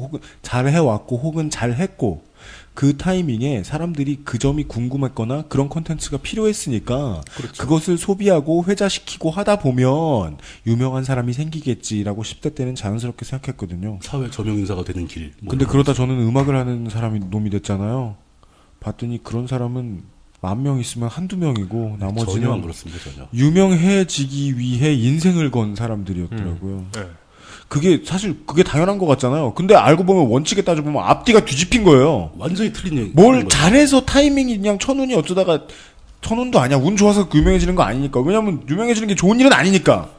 B: 혹은 잘해왔고 혹은 잘했고 그 타이밍에 사람들이 그 점이 궁금했거나 그런 콘텐츠가 필요했으니까
C: 그렇죠.
B: 그것을 소비하고 회자시키고 하다 보면 유명한 사람이 생기겠지라고 10대 때는 자연스럽게 생각했거든요.
C: 사회 저명 인사가 되는 길. 뭐
B: 근데
C: 이런
B: 그러다 저는 음악을 하는 사람이 놈이 됐잖아요. 봤더니 그런 사람은 만 명 있으면 한두 명이고
C: 거. 전혀 안
B: 나머지는
C: 그렇습니다. 전혀.
B: 유명해지기 위해 인생을 건 사람들이었더라고요.
D: 예.
B: 그게 사실 그게 당연한 것 같잖아요. 근데 알고 보면 원칙에 따져 보면 앞뒤가 뒤집힌 거예요.
C: 완전히 틀린 얘기.
B: 뭘 잘해서 타이밍이 그냥 천운이 어쩌다가 천운도 아니야. 운 좋아서 그 유명해지는 거 아니니까. 왜냐면 유명해지는 게 좋은 일은 아니니까.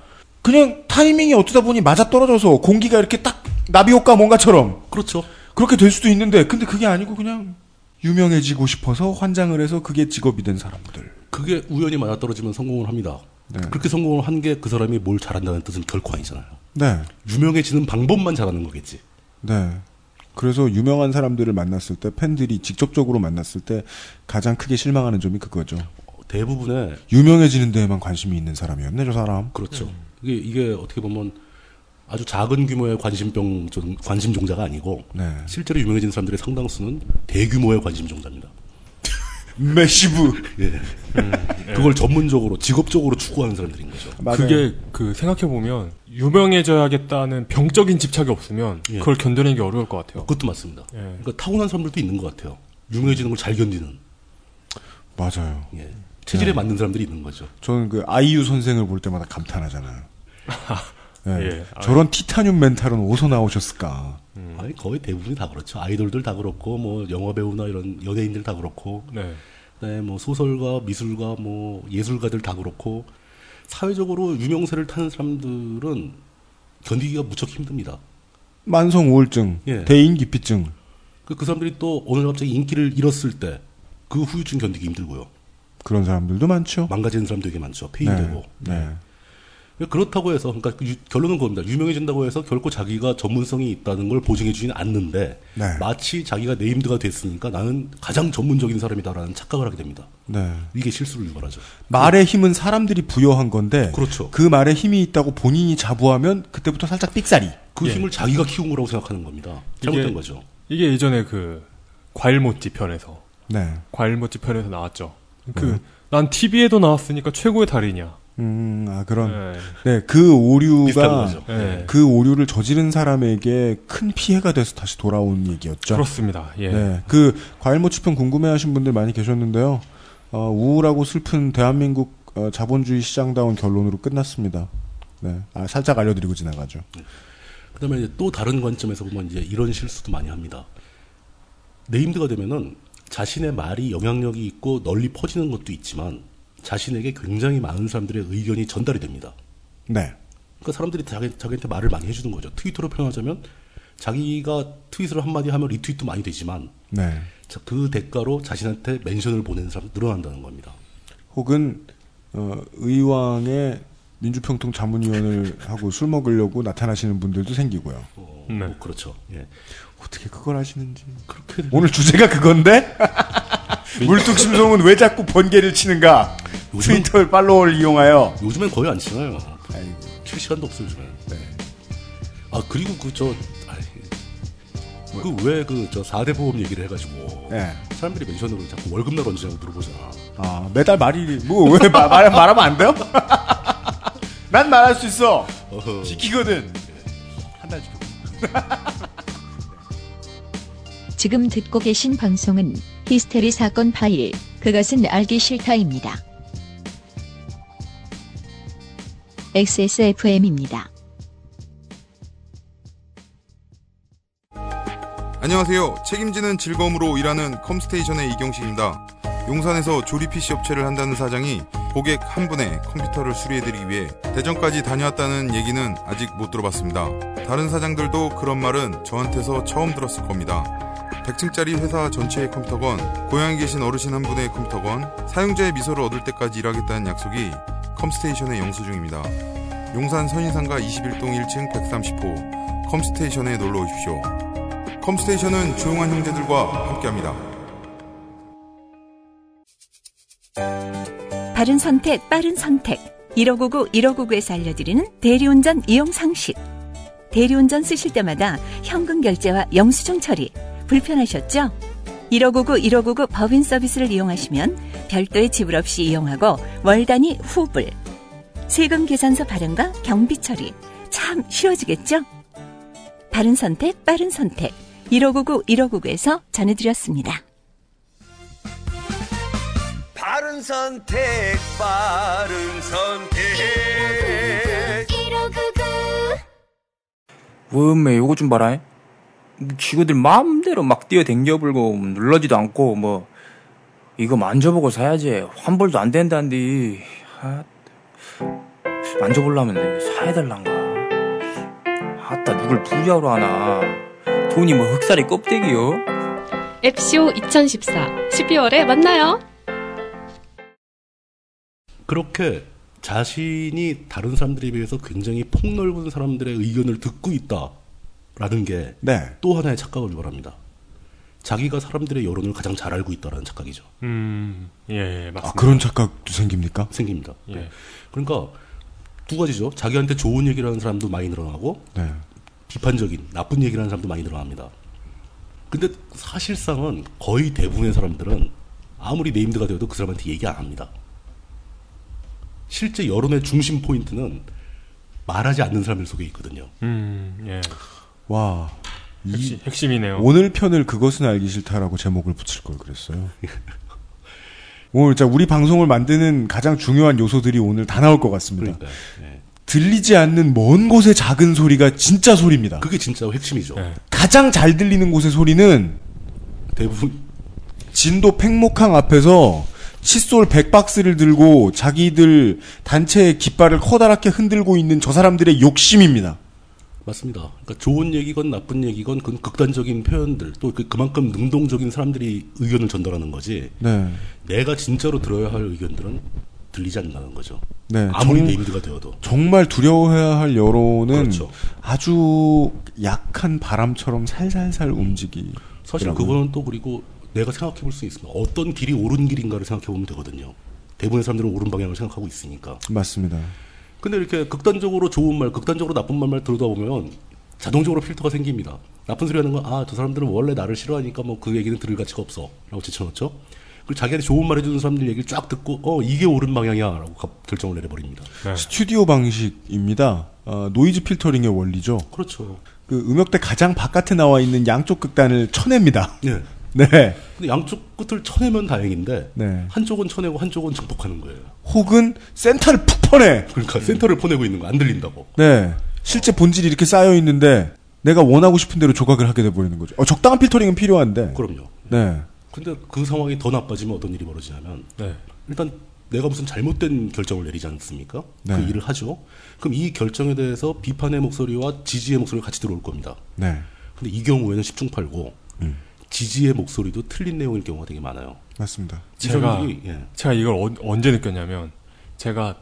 B: 그냥 타이밍이 어쩌다 보니 맞아 떨어져서 공기가 이렇게 딱 나비 효과 뭔가처럼
C: 그렇죠.
B: 그렇게 될 수도 있는데 근데 그게 아니고 그냥 유명해지고 싶어서 환장을 해서 그게 직업이 된 사람들.
C: 그게 우연히 맞아떨어지면 성공을 합니다. 그렇게 성공을 한 게 그 사람이 뭘 잘한다는 뜻은 결코 아니잖아요.
B: 네.
C: 유명해지는 방법만 잘하는 거겠지.
B: 네. 그래서 유명한 사람들을 만났을 때 팬들이 직접적으로 만났을 때 가장 크게 실망하는 점이 그거죠.
C: 어, 대부분의
B: 유명해지는 데에만 관심이 있는 사람이었네 저 사람.
C: 그렇죠. 이게, 이게 어떻게 보면 아주 작은 규모의 관심병 종- 관심 종자가 아니고 실제로 유명해진 사람들의 상당수는 대규모의 관심 종자입니다.
B: 매시브.
C: 예. 그걸 전문적으로 직업적으로 추구하는 사람들인 거죠.
D: 그게 그 생각해 보면 유명해져야겠다는 병적인 집착이 없으면
C: 예.
D: 그걸 견뎌내기 어려울 것 같아요.
C: 그것도 맞습니다.
D: 예.
C: 그러니까 타고난 사람들도 있는 것 같아요. 유명해지는 걸 잘 견디는
B: 맞아요.
C: 예. 체질에
B: 네.
C: 맞는 사람들이 있는 거죠.
B: 저는 그 아이유 선생을 볼 때마다 감탄하잖아요. 예.
C: 예.
B: 저런 티타늄 멘탈은 어디서 나오셨을까?
C: 아니, 거의 대부분이 다 그렇죠. 아이돌들 다 그렇고 뭐 영화 배우나 이런 연예인들 다 그렇고
D: 네.
C: 그다음에 뭐 소설가, 미술가, 뭐 예술가들 다 그렇고 사회적으로 유명세를 타는 사람들은 견디기가 무척 힘듭니다.
B: 만성 우울증,
C: 예.
B: 대인 기피증.
C: 그, 그 사람들이 또 어느 날 갑자기 인기를 잃었을 때 그 후유증 견디기 힘들고요.
B: 그런 사람들도 많죠.
C: 망가지는 사람 되게 많죠.
B: 네.
C: 폐의되고.
B: 네.
C: 그렇다고 해서 그러니까 그 유- 결론은 그겁니다. 유명해진다고 해서 결코 자기가 전문성이 있다는 걸 보증해 주지는 않는데
B: 네.
C: 마치 자기가 네임드가 됐으니까 나는 가장 전문적인 사람이다라는 착각을 하게 됩니다.
B: 네. 그
C: 이게 실수를 유발하죠.
B: 말의 힘은 사람들이 부여한 건데
C: 그렇죠.
B: 그 말에 힘이 있다고 본인이 자부하면 그때부터 살짝 삑사리.
C: 그 힘을 자기가 키운 거라고 생각하는 겁니다. 잘못된
D: 이게-
C: 거죠.
D: 이게 예전에 그 과일모찌 편에서
B: 네.
D: 과일모찌 편에서 나왔죠. 그 난 TV에도 나왔으니까 최고의 달인이야. 예.
B: 음, 아 그런. 네, 그 오류가
D: 네.
B: 그 오류를 저지른 사람에게 큰 피해가 돼서 다시 돌아온 얘기였죠.
D: 그렇습니다. 예.
B: 네, 그 과일모치편 궁금해하신 분들 많이 계셨는데요. 어, 우울하고 슬픈 대한민국 어, 자본주의 시장다운 결론으로 끝났습니다. 네, 아, 살짝 알려드리고 지나가죠.
C: 그다음에 이제 또 다른 관점에서 보면 이제 이런 실수도 많이 합니다. 네임드가 되면은 자신의 말이 영향력이 있고 널리 퍼지는 것도 있지만 자신에게 굉장히 많은 사람들의 의견이 전달이 됩니다.
B: 네,
C: 그러니까 사람들이 자기, 자기한테 말을 많이 해주는 거죠. 트위터로 표현하자면 자기가 트윗을 한마디 하면 리트윗도 많이 되지만
B: 네.
C: 자, 그 대가로 자신한테 멘션을 보내는 사람 늘어난다는 겁니다.
B: 혹은 어, 의왕의 민주평통 자문위원을 하고 술 먹으려고 나타나시는 분들도 생기고요.
C: 어, 뭐 그렇죠. 예.
B: 어떻게 그걸 아시는지. 오늘 주제가 *laughs* 그건데? 물뚝심송은 왜 자꾸 번개를 치는가?
C: 요즘은-
B: 트위터 팔로워를 이용하여.
C: 요즘엔 거의 안 치나요.
B: 아이고.
C: 칠 시간도 없어요 요즘에. 아 그리고 그저그왜 그 저 4대 보험 얘기를 해가지고
B: 네.
C: 사람들이 멘션으로 자꾸 월급날 언제냐고 물어보잖아.
B: 아, 매달 말일이, 뭐, 왜 마- 말, 말하면 안 돼요? *laughs* 난 말할 수 있어!
C: 어허.
B: 지키거든! 한 달 지켜.
A: 지금 듣고 계신 방송은 히스테리 사건 파일, 그것은 알기 싫다입니다. XSFM입니다.
F: 안녕하세요. 책임지는 즐거움으로 일하는 컴스테이션의 이경식입니다. 용산에서 조립 PC 업체를 한다는 사장이 고객 한 분의 컴퓨터를 수리해드리기 위해 대전까지 다녀왔다는 얘기는 아직 못 들어봤습니다. 다른 사장들도 그런 말은 저한테서 처음 들었을 겁니다. 100층짜리 회사 전체의 컴퓨터건, 고향에 계신 어르신 한 분의 컴퓨터건, 사용자의 미소를 얻을 때까지 일하겠다는 약속이 컴스테이션의 영수증입니다. 용산 선인상가 21동 1층 130호 컴스테이션에 놀러 오십시오. 컴스테이션은 조용한 형제들과 함께합니다.
J: 바른 선택, 빠른 선택. 1599, 1599에서 알려드리는 대리운전 이용 상식. 대리운전 쓰실 때마다 현금 결제와 영수증 처리 불편하셨죠? 1599, 1599 법인 서비스를 이용하시면 별도의 지불 없이 이용하고 월 단위 후불. 세금 계산서 발행과 경비 처리 참 쉬워지겠죠? 바른 선택, 빠른 선택. 1599, 1599에서 전해드렸습니다.
E: 바른 선택, 바른 선택.
G: 왜매 뭐, 요거 좀 봐라. 지구들 마음대로 막 뛰어댕겨 불고 눌러지도 않고 뭐 이거 만져보고 사야지 환불도 안 된다는데 아, 만져보려면 이거 사야달란가 아따 누굴 부자로 하나 돈이 뭐 흑살이 껍데기요
H: 앱쇼 2014 12월에 만나요.
C: 그렇게 자신이 다른 사람들에 비해서 굉장히 폭넓은 사람들의 의견을 듣고 있다라는 게 또
B: 네.
C: 하나의 착각을 유발합니다. 자기가 사람들의 여론을 가장 잘 알고 있다라는 착각이죠.
D: 음, 예, 예, 맞습니다.
B: 아, 그런 착각도 생깁니까?
C: 생깁니다.
D: 예.
C: 그러니까 네. 두 가지죠. 자기한테 좋은 얘기를 하는 사람도 많이 늘어나고
B: 네.
C: 비판적인 나쁜 얘기를 하는 사람도 많이 늘어납니다. 근데 사실상은 거의 대부분의 사람들은 아무리 네임드가 되어도 그 사람한테 얘기 안 합니다. 실제 여론의 중심 포인트는 말하지 않는 사람들 속에 있거든요.
D: 음, 예.
B: 와.
D: 핵심, 핵심이네요.
B: 오늘 편을 그것은 알기 싫다라고 제목을 붙일 걸
C: *laughs*
B: 그랬어요. 오늘 자 우리 방송을 만드는 가장 중요한 요소들이 오늘 다 나올 것 같습니다.
C: 그러니까 예.
B: 들리지 않는 먼 곳의 작은 소리가 진짜 소리입니다.
C: 그게 진짜 핵심이죠.
D: 예.
B: 가장 잘 들리는 곳의 소리는
C: 대부분
B: 진도 팽목항 앞에서 칫솔 100박스를 들고 자기들 단체의 깃발을 커다랗게 흔들고 있는 저 사람들의 욕심입니다.
C: 맞습니다. 그러니까 좋은 얘기건 나쁜 얘기건 그 극단적인 표현들 또 그, 그만큼 능동적인 사람들이 의견을 전달하는 거지.
B: 네.
C: 내가 진짜로 들어야 할 의견들은 들리지 않는다는 거죠.
B: 네.
C: 아무리
B: 정-
C: 네임드가 되어도.
B: 정말 두려워해야 할 여론은
C: 그렇죠.
B: 아주 약한 바람처럼 살살살 움직이.
C: 사실
B: 그러면-
C: 그거는 또 그리고 내가 생각해 볼 수 있습니다. 어떤 길이 옳은 길인가를 생각해 보면 되거든요. 대부분의 사람들은 옳은 방향을 생각하고 있으니까.
B: 맞습니다.
C: 근데 이렇게 극단적으로 좋은 말, 극단적으로 나쁜 말만 들어다 보면 자동적으로 필터가 생깁니다. 나쁜 소리 하는 건, 아, 저 사람들은 원래 나를 싫어하니까 뭐 그 얘기는 들을 가치가 없어. 라고 제쳐놓죠. 그리고 자기한테 좋은 말 해주는 사람들 얘기를 쫙 듣고, 어, 이게 옳은 방향이야. 라고 갑- 결정을 내려버립니다.
B: 스튜디오 방식입니다. 아, 노이즈 필터링의 원리죠.
C: 그렇죠.
B: 그 음역대 가장 바깥에 나와 있는 양쪽 극단을 쳐냅니다. *laughs*
C: 네.
B: 네.
C: 근데 양쪽 끝을 쳐내면 다행인데,
B: 네.
C: 한쪽은 쳐내고 한쪽은 정복하는 거예요.
B: 혹은 센터를 푹 퍼내.
C: 그러니까 센터를 보내고 있는 거 안 들린다고.
B: 네. 실제 본질이 이렇게 쌓여 있는데 내가 원하고 싶은 대로 조각을 하게 돼 버리는 거죠. 어, 적당한 필터링은 필요한데.
C: 그럼요.
B: 네.
C: 근데 그 상황이 더 나빠지면 어떤 일이 벌어지냐면
D: 네.
C: 일단 내가 무슨 잘못된 결정을 내리지 않습니까?
B: 네.
C: 그 일을 하죠. 그럼 이 결정에 대해서 비판의 목소리와 지지의 목소리가 같이 들어올 겁니다.
B: 네.
C: 근데 이 경우에는 십중팔구 지지의 목소리도 틀린 내용일 경우가 되게 많아요.
B: 맞습니다.
C: 이
D: 제가-
C: 사람들이, 예.
D: 제가 이걸 언- 언제 느꼈냐면 제가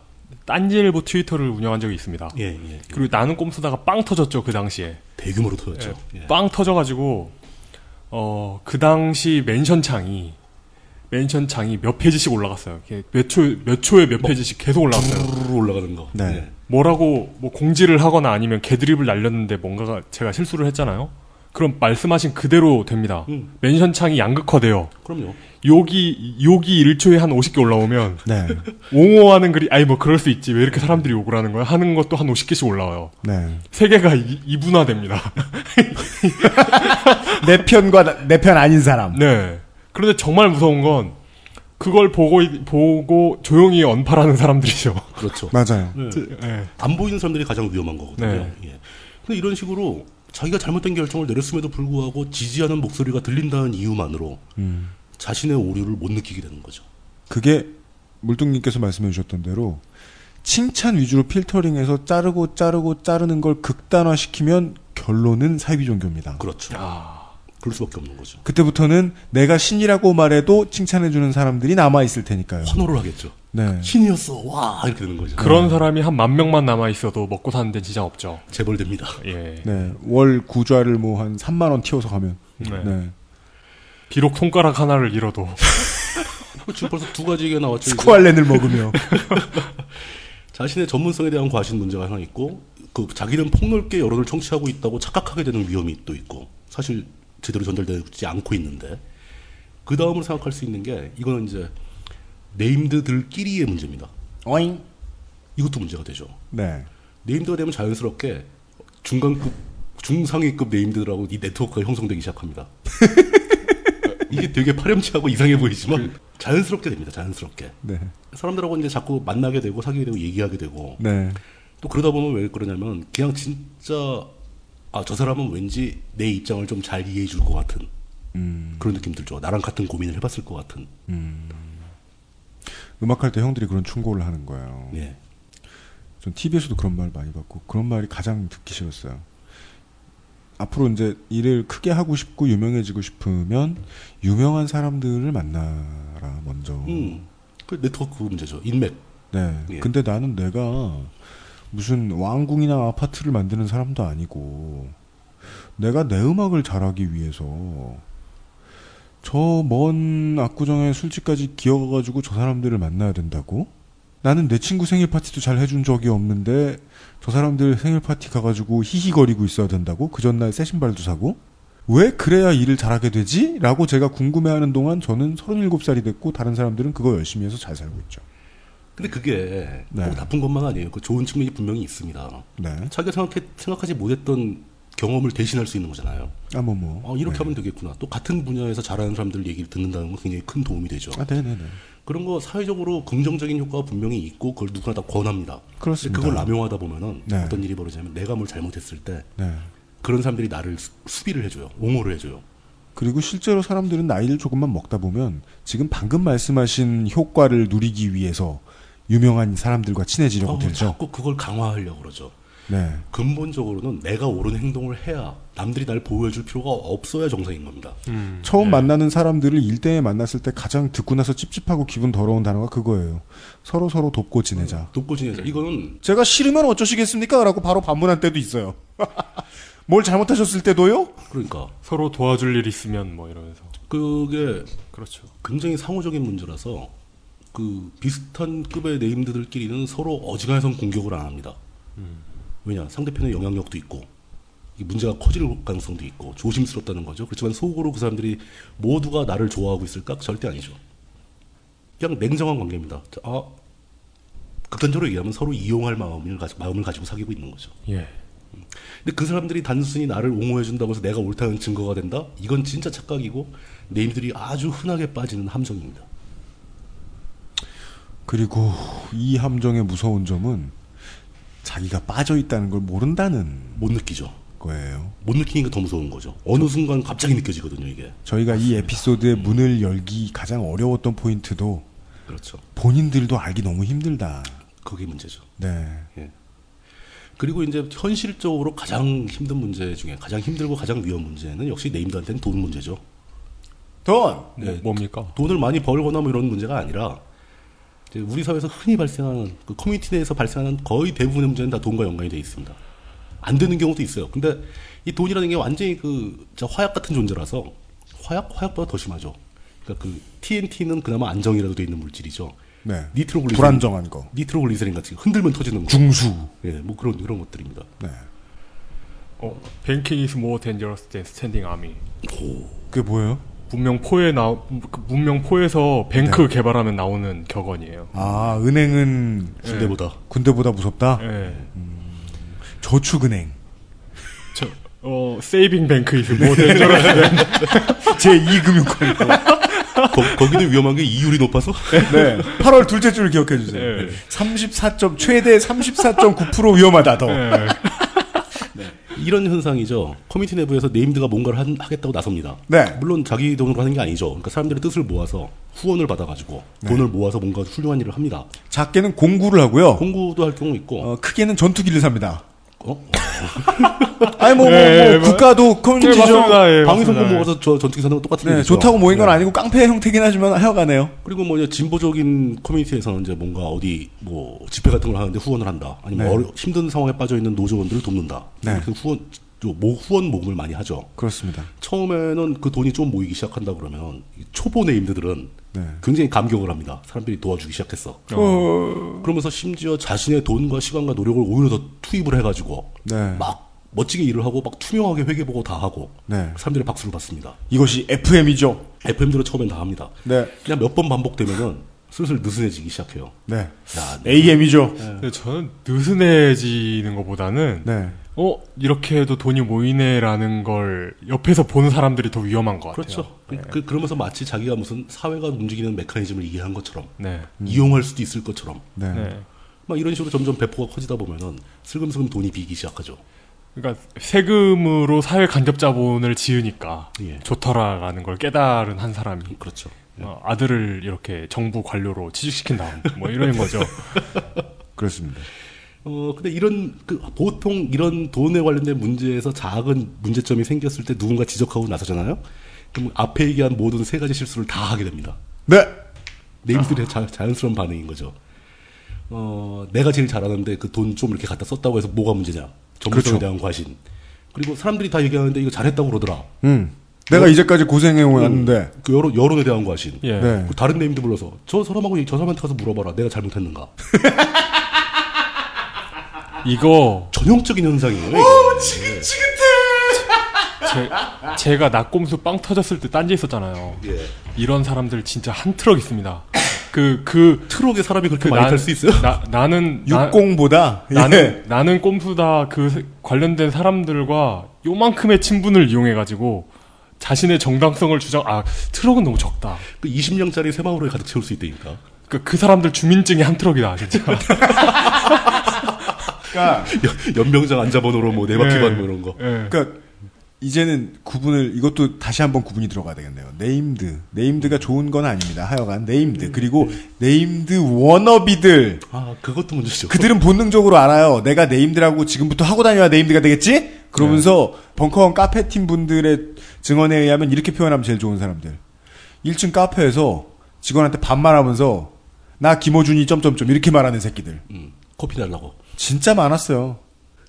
D: 딴지일보 트위터를 운영한 적이 있습니다.
C: 예, 예, 예.
D: 그리고 나는 꼼 쓰다가 빵 터졌죠 그 당시에.
C: 대규모로 터졌죠. 예.
D: 네. 빵 터져가지고 어 그 당시 멘션 창이 멘션 창이 몇 페이지씩 올라갔어요. 이렇게 몇 초, 몇 초에
C: 뭐.
D: 몇 페이지씩 계속 올라갔어요.
C: 뚜루루루 올라가는 거.
B: 네.
C: 예.
D: 뭐라고 뭐 공지를 하거나 아니면 개드립을 날렸는데 뭔가가 제가 실수를 했잖아요. 그럼 말씀하신 그대로 됩니다.
C: 음.
D: 멘션 창이 양극화돼요.
C: 그럼요.
D: 욕이 욕이 1초에 한 50개 올라오면 *laughs*
B: 네.
D: 옹호하는 글이 아니 뭐 그럴 수 있지 왜 이렇게 사람들이 욕을 하는 거야 하는 것도 한 50개씩 올라와요.
B: 네.
D: 세계가 이- 이분화됩니다. *laughs*
B: 내 편과 내 편 아닌 사람.
D: 네. 그런데 정말 무서운 건 그걸 보고 있- 보고 조용히 언팔하는 사람들이죠. *laughs*
C: 그렇죠.
B: 맞아요.
C: 예.
D: 네.
C: 안 보이는 사람들이 가장 위험한 거거든요.
D: 네.
C: 예. 근데 이런 식으로 자기가 잘못된 결정을 내렸음에도 불구하고 지지하는 목소리가 들린다는 이유만으로
D: 음.
C: 자신의 오류를 못 느끼게 되는 거죠.
B: 그게 물뚱님께서 말씀해 주셨던 대로 칭찬 위주로 필터링해서 자르고 자르고 자르는 걸 극단화시키면 결론은 사이비 종교입니다.
C: 그렇죠.
D: 아.
C: 그럴 수밖에 없는 거죠.
B: 그때부터는 내가 신이라고 말해도 칭찬해 주는 사람들이 남아 있을 테니까요.
C: 환호를 하겠죠.
B: 네.
C: 신이었어, 와 이렇게 되는 거죠.
D: 그런 사람이 한 만 명만 남아 있어도 먹고 사는 데 진짜 없죠.
C: 재벌됩니다. *laughs*
D: 예.
B: 네. 월 구좌를 뭐 한 3만 원 튀어서 가면
D: 네.
B: 네.
D: 비록 손가락 하나를 잃어도 *laughs*
C: 지금 벌써 두 가지가 나왔죠. 이제
B: 스코알렌을 먹으며
C: 자신의 전문성에 대한 과신 문제가 하나 있고, 그 자기는 폭넓게 여론을 청취하고 있다고 착각하게 되는 위험이 또 있고, 사실 제대로 전달되지 않고 있는데, 그 다음으로 생각할 수 있는 게 이거는 이제 네임드들끼리의 문제입니다.
B: 어잉.
C: 이것도 문제가 되죠.
B: 네.
C: 네임드가 되면 자연스럽게 중간급, 중상위급 네임드들하고 이 네트워크가 형성되기 시작합니다. *laughs* 이게 되게 파렴치하고 이상해
B: 그
C: 보이지만 자연스럽게 됩니다. 자연스럽게
B: 네.
C: 사람들하고 이제 자꾸 만나게 되고 사귀게 되고 얘기하게 되고
B: 네.
C: 또 그러다 보면 왜 그러냐면 그냥 진짜 아 저 사람은 왠지 내 입장을 좀 잘 이해해 줄 것 같은 그런 느낌 들죠. 나랑 같은 고민을 해봤을 것 같은.
B: 음악할 때 형들이 그런 충고를 하는 거예요.
C: 예.
B: 전 TV에서도 그런 말 많이 받고 그런 말이 가장 듣기 싫었어요. 앞으로 이제 일을 크게 하고 싶고 유명해지고 싶으면 유명한 사람들을 만나라 먼저.
C: 음. 그 네트워크 문제죠. 인맥.
B: 네.
C: 예.
B: 근데 나는 내가 무슨 왕궁이나 아파트를 만드는 사람도 아니고 내가 내 음악을 잘하기 위해서 저 먼 압구정의 술집까지 기어가가지고 저 사람들을 만나야 된다고? 나는 내 친구 생일 파티도 잘 해준 적이 없는데 저 사람들 생일 파티 가가지고 히히거리고 있어야 된다고 그 전날 새 신발도 사고 왜 그래야 일을 잘하게 되지? 라고 제가 궁금해하는 동안 저는 37살이 됐고 다른 사람들은 그거 열심히 해서 잘 살고 있죠.
C: 근데 그게 꼭 나쁜 것만 아니에요. 그 좋은 측면이 분명히 있습니다.
B: 네.
C: 자기가 생각해, 생각하지 못했던 경험을 대신할 수 있는 거잖아요.
B: 아, 뭐, 뭐.
C: 어, 이렇게 하면 되겠구나. 또 같은 분야에서 잘하는 사람들 얘기를 듣는다는 건 굉장히 큰 도움이 되죠.
B: 아, 네네네.
C: 그런 거 사회적으로 긍정적인 효과가 분명히 있고 그걸 누구나 다 권합니다.
B: 그렇습니다.
C: 근데 그걸 남용하다 보면은
B: 네.
C: 어떤 일이 벌어지냐면 내가 뭘 잘못했을 때
B: 네.
C: 그런 사람들이 나를 수, 수비를 해줘요. 옹호를 해줘요.
B: 그리고 실제로 사람들은 나이를 조금만 먹다 보면 지금 방금 말씀하신 효과를 누리기 위해서 유명한 사람들과 친해지려고
C: 어,
B: 들죠.
C: 자꾸 그걸 강화하려고 그러죠.
B: 네.
C: 근본적으로는 내가 옳은 행동을 해야 남들이 날 보호해줄 필요가 없어야 정상인 겁니다. 네.
B: 처음 만나는 사람들을 일대에 만났을 때 가장 듣고 나서 찝찝하고 기분 더러운 단어가 그거예요. 서로 서로 돕고 지내자.
C: 돕고 지내자. 이거는
B: 제가 싫으면 어쩌시겠습니까? 라고 바로 반문한 때도 있어요. *laughs* 뭘 잘못하셨을 때도요?
C: 그러니까
D: 서로 도와줄 일 있으면 뭐 이러면서.
C: 그게
D: 그렇죠.
C: 굉장히 상호적인 문제라서 그 비슷한 급의 네임드들끼리는 서로 어지간해선 공격을 안 합니다. 왜냐 상대편의 영향력도 있고 이 문제가 커질 가능성도 있고 조심스럽다는 거죠. 그렇지만 속으로 그 사람들이 모두가 나를 좋아하고 있을까? 절대 아니죠. 그냥 냉정한 관계입니다. 아 극단적으로 얘기하면 서로 이용할 마음을 가지고, 마음을 가지고 사귀고 있는 거죠.
D: 예.
C: 근데 그 사람들이 단순히 나를 옹호해준다고 해서 내가 옳다는 증거가 된다? 이건 진짜 착각이고 네임들이 아주 흔하게 빠지는 함정입니다.
B: 그리고 이 함정의 무서운 점은 자기가 빠져 있다는 걸 모른다는
C: 못 느끼죠.
B: 거예요.
C: 못 느끼니까 더 무서운 거죠. 어느 순간 그렇죠. 갑자기 느껴지거든요, 이게.
B: 저희가 이 에피소드의 문을 열기 가장 어려웠던 포인트도
C: 그렇죠.
B: 본인들도 알기 너무 힘들다.
C: 그게 문제죠.
B: 네.
C: 예. 그리고 이제 현실적으로 가장 힘든 문제 중에 가장 힘들고 가장 위험 문제는 역시 네임드한테는 돈 문제죠.
B: 돈!
C: 네.
D: 뭐, 뭡니까?
C: 돈을 많이 벌거나 뭐 이런 문제가 아니라 이제 우리 사회에서 흔히 발생하는 그 커뮤니티 내에서 발생하는 거의 대부분의 문제는 다 돈과 연관이 돼 있습니다. 안 되는 경우도 있어요. 근데 이 돈이라는 게 완전히 그 진짜 화약 같은 존재라서 화약 화약보다 더 심하죠. 그러니까 그 TNT는 그나마 안정이라도 돼 있는 물질이죠.
B: 네.
C: 니트로글리세린
B: 불안정한 거.
C: 니트로글리세린 같은 거 흔들면 터지는 거.
B: 중수.
C: 예, 뭐 그런 그런 것들입니다.
B: 네.
D: 어, banking is more dangerous than standing army.
B: 그게 뭐예요?
D: 문명 포에 나 문명 포에서 뱅크 개발하면 나오는 격언이에요.
B: 아, 은행은
C: 군대보다
B: 군대보다 무섭다?
D: 예.
B: 저축은행.
D: 저, 어, 세이빙 뱅크 is more *laughs* dangerous than
B: 제2금융권.
C: 거, 기도 위험한 게 이율이 높아서
B: *laughs* 네. 8월 둘째 줄 기억해 주세요.
D: 네.
B: 34. 점, 최대 34.9% 위험하다, 더.
D: 예.
C: 이런 현상이죠. 커뮤니티 내부에서 네임드가 뭔가를 한- 하겠다고 나섭니다.
B: 네.
C: 물론 자기 돈으로 하는 게 아니죠. 그러니까 사람들의 뜻을 모아서 후원을 받아가지고
B: 네.
C: 돈을 모아서 뭔가 훌륭한 일을 합니다.
B: 작게는 공구를 하고요.
C: 공구도 할 경우 있고
B: 어, 크게는 전투기를 삽니다.
C: 어?
B: *laughs* 아니, 뭐, 뭐,
D: 예, 예,
B: 뭐 국가도
D: 네,
B: 커뮤니티죠.
D: 맞습니다. 예,
C: 방위성공
D: 맞습니다.
C: 모아서 저 전투기 사는 건 똑같은
B: 네,
C: 얘기죠.
B: 좋다고 모인 건 아니고 깡패의 형태긴 하지만 하여간에요.
C: 그리고 뭐 이제 진보적인 커뮤니티에서는 이제 뭔가 어디 뭐 집회 같은 걸 하는데 후원을 한다. 아니면
B: 네.
C: 어려- 힘든 상황에 빠져 있는 노조원들을 돕는다.
B: 네.
C: 그 후원 저 모- 후원 모금을 많이 하죠.
B: 그렇습니다.
C: 처음에는 그 돈이 좀 모이기 시작한다 그러면 이 초보 네임드들은
B: 네.
C: 굉장히 감격을 합니다. 사람들이 도와주기 시작했어. 그러면서 심지어 자신의 돈과 시간과 노력을 오히려 더 투입을 해가지고
B: 네.
C: 막 멋지게 일을 하고 막 투명하게 회계보고 다 하고
B: 네.
C: 사람들의 박수를 받습니다.
B: 이것이 FM이죠.
C: FM대로 처음엔 다 합니다.
B: 네.
C: 그냥 몇 번 반복되면은 슬슬 느슨해지기 시작해요.
B: 네.
C: 야,
B: AM이죠.
D: 근데 저는 느슨해지는 것보다는
B: 네.
D: 어 이렇게 해도 돈이 모이네라는 걸 옆에서 보는 사람들이 더 위험한 것 같아요.
C: 그렇죠. 그, 그, 그러면서 마치 자기가 무슨 사회가 움직이는 메커니즘을 이해한 것처럼
D: 네.
C: 이용할 수도 있을 것처럼
B: 네.
D: 네.
C: 막 이런 식으로 점점 배포가 커지다 보면은 슬금슬금 돈이 비기 시작하죠.
D: 그러니까 세금으로 사회 간접 자본을 지으니까
C: 예.
D: 좋더라라는 걸 깨달은 한 사람이
C: 그렇죠.
D: 어, 아들을 이렇게 정부 관료로 취직시킨 다음
C: *laughs*
D: 뭐 이런 거죠.
B: 그렇습니다.
C: 어, 근데 이런, 그, 보통 이런 돈에 관련된 문제에서 작은 문제점이 생겼을 때 누군가 지적하고 나서잖아요? 그럼 앞에 얘기한 모든 세 가지 실수를 다 하게 됩니다.
B: 네.
C: 네임들의 자, 자연스러운 반응인 거죠. 어, 내가 제일 잘하는데 그 돈 좀 이렇게 갖다 썼다고 해서 뭐가 문제냐? 정부성에
B: 그렇죠.
C: 대한 과신. 그리고 사람들이 다 얘기하는데 이거 잘했다고 그러더라.
B: 음. 내가 이제까지 고생해왔는데
C: 그 여론, 여론에 대한 과신.
D: 예.
B: 네.
C: 그 다른 네임드 불러서 저 사람하고 얘기- 저 사람한테 가서 물어봐라. 내가 잘못했는가.
D: 이거
C: 전형적인 현상이에요. 네. 이게.
D: 제, 제가 낙곰수 빵 터졌을 때 딴지 있었잖아요.
C: 예.
D: 이런 사람들 진짜 한 트럭 있습니다. 그, 그,
C: 트럭에 사람이 그렇게
D: 그
C: 많이
D: 난-
C: 탈 수 있어요?
D: 나, 나는, 나-
B: 육공보다
D: 나는,
B: 예.
D: 나는 꼼수다 그 세- 관련된 사람들과 요만큼의 친분을 이용해가지고 자신의 정당성을 주장, 아, 트럭은 너무 적다.
C: 그 20량짜리 새마을을 가득 채울 수 있다니까. *laughs*
D: 그, 그 사람들 주민증이 한 트럭이다, *laughs* 진짜.
B: 그러니까,
C: 연- 연명장 안자번호로 뭐 네 바퀴
D: 예.
C: 반 뭐 이런 거.
D: 예.
B: 그러니까 이제는 구분을 이것도 다시 한번 구분이 들어가야 되겠네요. 네임드 네임드가 좋은 건 아닙니다. 하여간 네임드 그리고 네임드 워너비들
C: 아 그것도 문제죠.
B: 그들은 본능적으로 알아요. 내가 네임드라고 지금부터 하고 다녀야 네임드가 되겠지? 그러면서 벙커원 카페 팀 분들의 증언에 의하면 이렇게 표현하면 제일 좋은 사람들. 1층 카페에서 직원한테 반말하면서 나 김호준이 점점점 이렇게 말하는 새끼들
C: 음, 커피 달라고.
B: 진짜 많았어요.